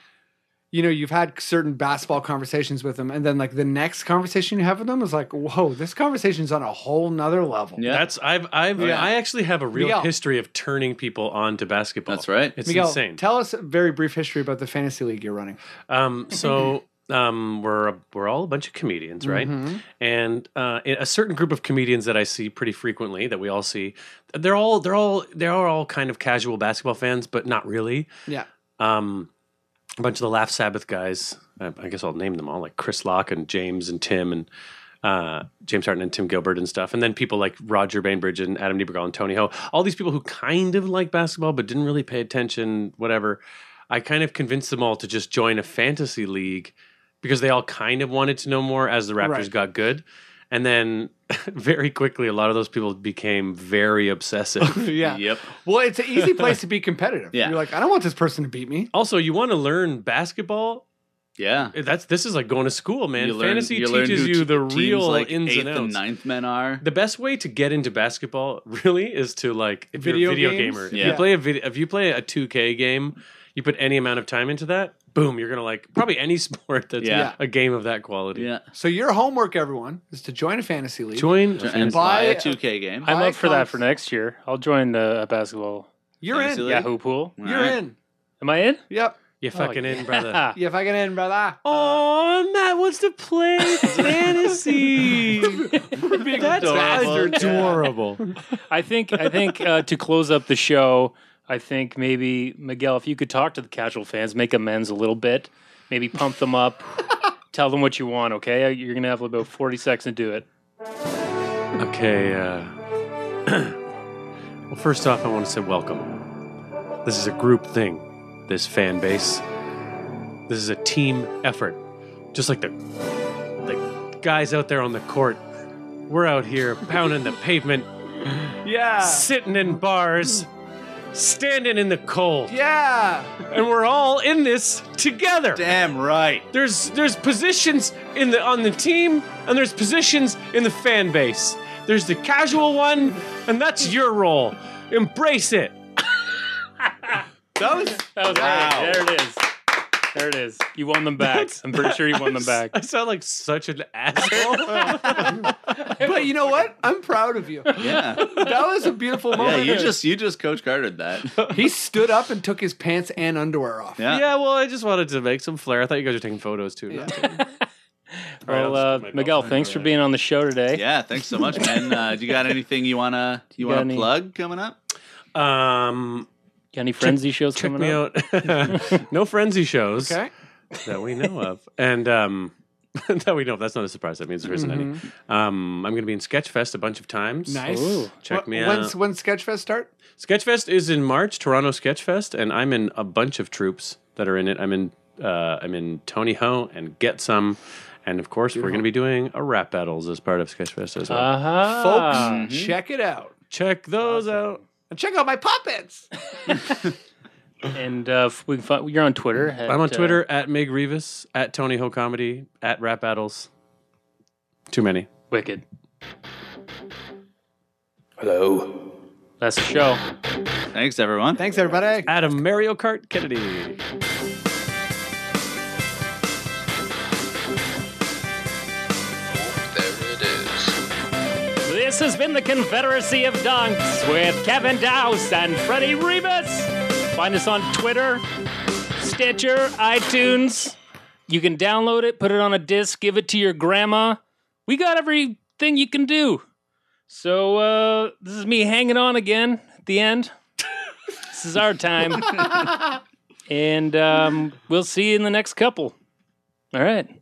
S4: you know, you've had certain basketball conversations with them, and then like the next conversation you have with them is like, whoa, this conversation's on a whole nother level.
S5: Yeah.
S6: That's I've I've
S5: Yeah.
S6: I actually have a real
S4: Miguel.
S6: history of turning people on to basketball.
S5: That's right.
S6: It's
S4: Miguel,
S6: insane.
S4: tell us a very brief history about the fantasy league you're running.
S6: Um, so um, we're a, we're all a bunch of comedians,
S4: Mm-hmm.
S6: right? And uh, a certain group of comedians that I see pretty frequently that we all see, they're all they're all they are all kind of casual basketball fans, but not really.
S4: Yeah.
S6: Um, a bunch of the Laugh Sabbath guys. I, I guess I'll name them all, like Chris Locke and James and Tim and uh, James Harton and Tim Gilbert and stuff. And then people like Roger Bainbridge and Adam Niebergall and Tony Ho. All these people who kind of like basketball but didn't really pay attention, whatever. I kind of convinced them all to just join a fantasy league because they all kind of wanted to know more as the Raptors
S4: Right.
S6: got good. And then [laughs] very quickly, a lot of those people became very
S4: [laughs]
S6: obsessive.
S4: yeah.
S5: Yep.
S4: Well, it's an easy place to be competitive.
S5: Yeah.
S4: You're like, I don't want this person to beat me.
S6: also, you want to learn basketball
S5: Yeah.
S6: Eh, That's this is like going to school, man.
S5: You learn-
S6: Fantasy
S5: you learn
S6: teaches
S5: who
S6: you
S5: t-
S6: the
S5: teams
S6: real
S5: like
S6: ins
S5: eighth
S6: and outs.
S5: ninth men are.
S6: the best way to get into basketball [laughs] really is to like if
S4: Video
S6: you're a video
S4: games?
S6: gamer. If
S5: Yeah.
S6: you play a video, if you play a 2K game, you put any amount of time into that, boom, you're gonna like probably any [laughs] sport that's
S5: Yeah.
S6: a game of that quality.
S5: Yeah.
S4: So your homework, everyone, is to join a fantasy league.
S6: Join
S5: And
S6: a fantasy-
S5: buy
S4: buy-
S5: a 2K game.
S3: I'm
S4: Buy
S3: up for that for
S4: cons-
S3: next year. I'll join uh, a basketball
S4: You're
S5: Fantasy
S4: in.
S5: League?
S3: Yahoo pool.
S5: All
S4: You're
S5: right.
S4: in.
S3: Am I in?
S4: Yep.
S6: you fucking in,
S4: [laughs]
S3: [laughs]
S6: brother.
S3: Yeah.
S4: Oh, Yeah, if I can end, brother.
S6: Oh, Matt wants
S5: [laughs]
S6: to play fantasy. That's
S5: adorable.
S6: adorable.
S3: I think I think uh, to close up the show, I think maybe Miguel, if you could talk to the casual fans, make amends a little bit, maybe pump them
S6: [laughs]
S3: up, tell them what you want. Okay, you're gonna have about 40 seconds to do it.
S6: Okay, uh. [clears throat] well, first off, I want to say welcome. This is a group thing, this fan base. This is a team effort. Just like the, the guys out there on the court, we're out here pounding the pavement,
S4: Yeah.
S6: sitting in bars, standing in the cold,
S4: Yeah.
S6: and we're all in this together.
S5: Damn right.
S6: There's there's positions in the on the team and there's positions in the fan base. There's the casual one, and that's your role. Embrace it.
S5: That was
S3: That was
S5: Wow.
S3: great. There it is. There it is. You won them back. I'm pretty sure you won them
S6: [laughs]
S3: back.
S6: I sound like such an asshole.
S4: But you know what? I'm proud of you.
S5: Yeah.
S4: That was a beautiful
S5: [laughs] Yeah,
S4: moment.
S5: you just you just coach Carter that.
S4: he stood up and took his pants and underwear off.
S5: Yeah.
S6: yeah, well, I just wanted to make some flair. I thought you guys were taking photos too.
S4: Yeah.
S3: Well,
S6: I'll
S3: uh,
S6: just put my
S3: Miguel,
S6: belt on
S3: thanks
S6: over
S3: for
S6: there.
S3: being on the show today.
S5: Yeah, thanks so much, man. Uh, do you got anything you wanna you,
S3: got
S5: wanna
S3: any-
S5: plug coming up?
S6: Um,
S3: Got any frenzy shows
S6: check
S3: coming
S6: me
S3: up?
S6: out. [laughs] no frenzy shows
S4: Okay.
S6: that we know of, and um, [laughs] that we know of. That's not a surprise. That means there isn't any. Um, I'm going to be in Sketchfest a bunch of times.
S4: Nice.
S3: Ooh.
S6: Check me
S4: When's,
S6: out.
S4: when Sketchfest start?
S6: Sketchfest is in March, Toronto Sketchfest, and I'm in a bunch of troops that are in it. I'm in uh, I'm in Tony Ho and Get Some, and of course we're going to be doing a rap battles as part of Sketchfest as well.
S3: Uh-huh.
S4: Folks,
S5: Ah.
S6: Mm-hmm.
S4: check it out.
S6: Check those out.
S4: And check out my puppets.
S3: And uh, f- we can find, you're on Twitter. at,
S6: I'm on
S3: uh,
S6: Twitter at Mig Revis, at Tony Ho Comedy, at Rap Battles. Too many.
S3: Wicked.
S1: Hello.
S3: That's the show.
S5: Thanks everyone.
S4: Thanks, everybody.
S6: Adam Mario Kart Kennedy.
S2: There it is.
S3: This has been the Confederacy of Dunks with Kevin Dowse and Freddie Rebus. Find us on Twitter, Stitcher, iTunes. You can download it, put it on a disc, give it to your grandma. We got everything you can do. So uh, this is me hanging on again at the end. this is our time. and um, we'll see you in the next couple. All right.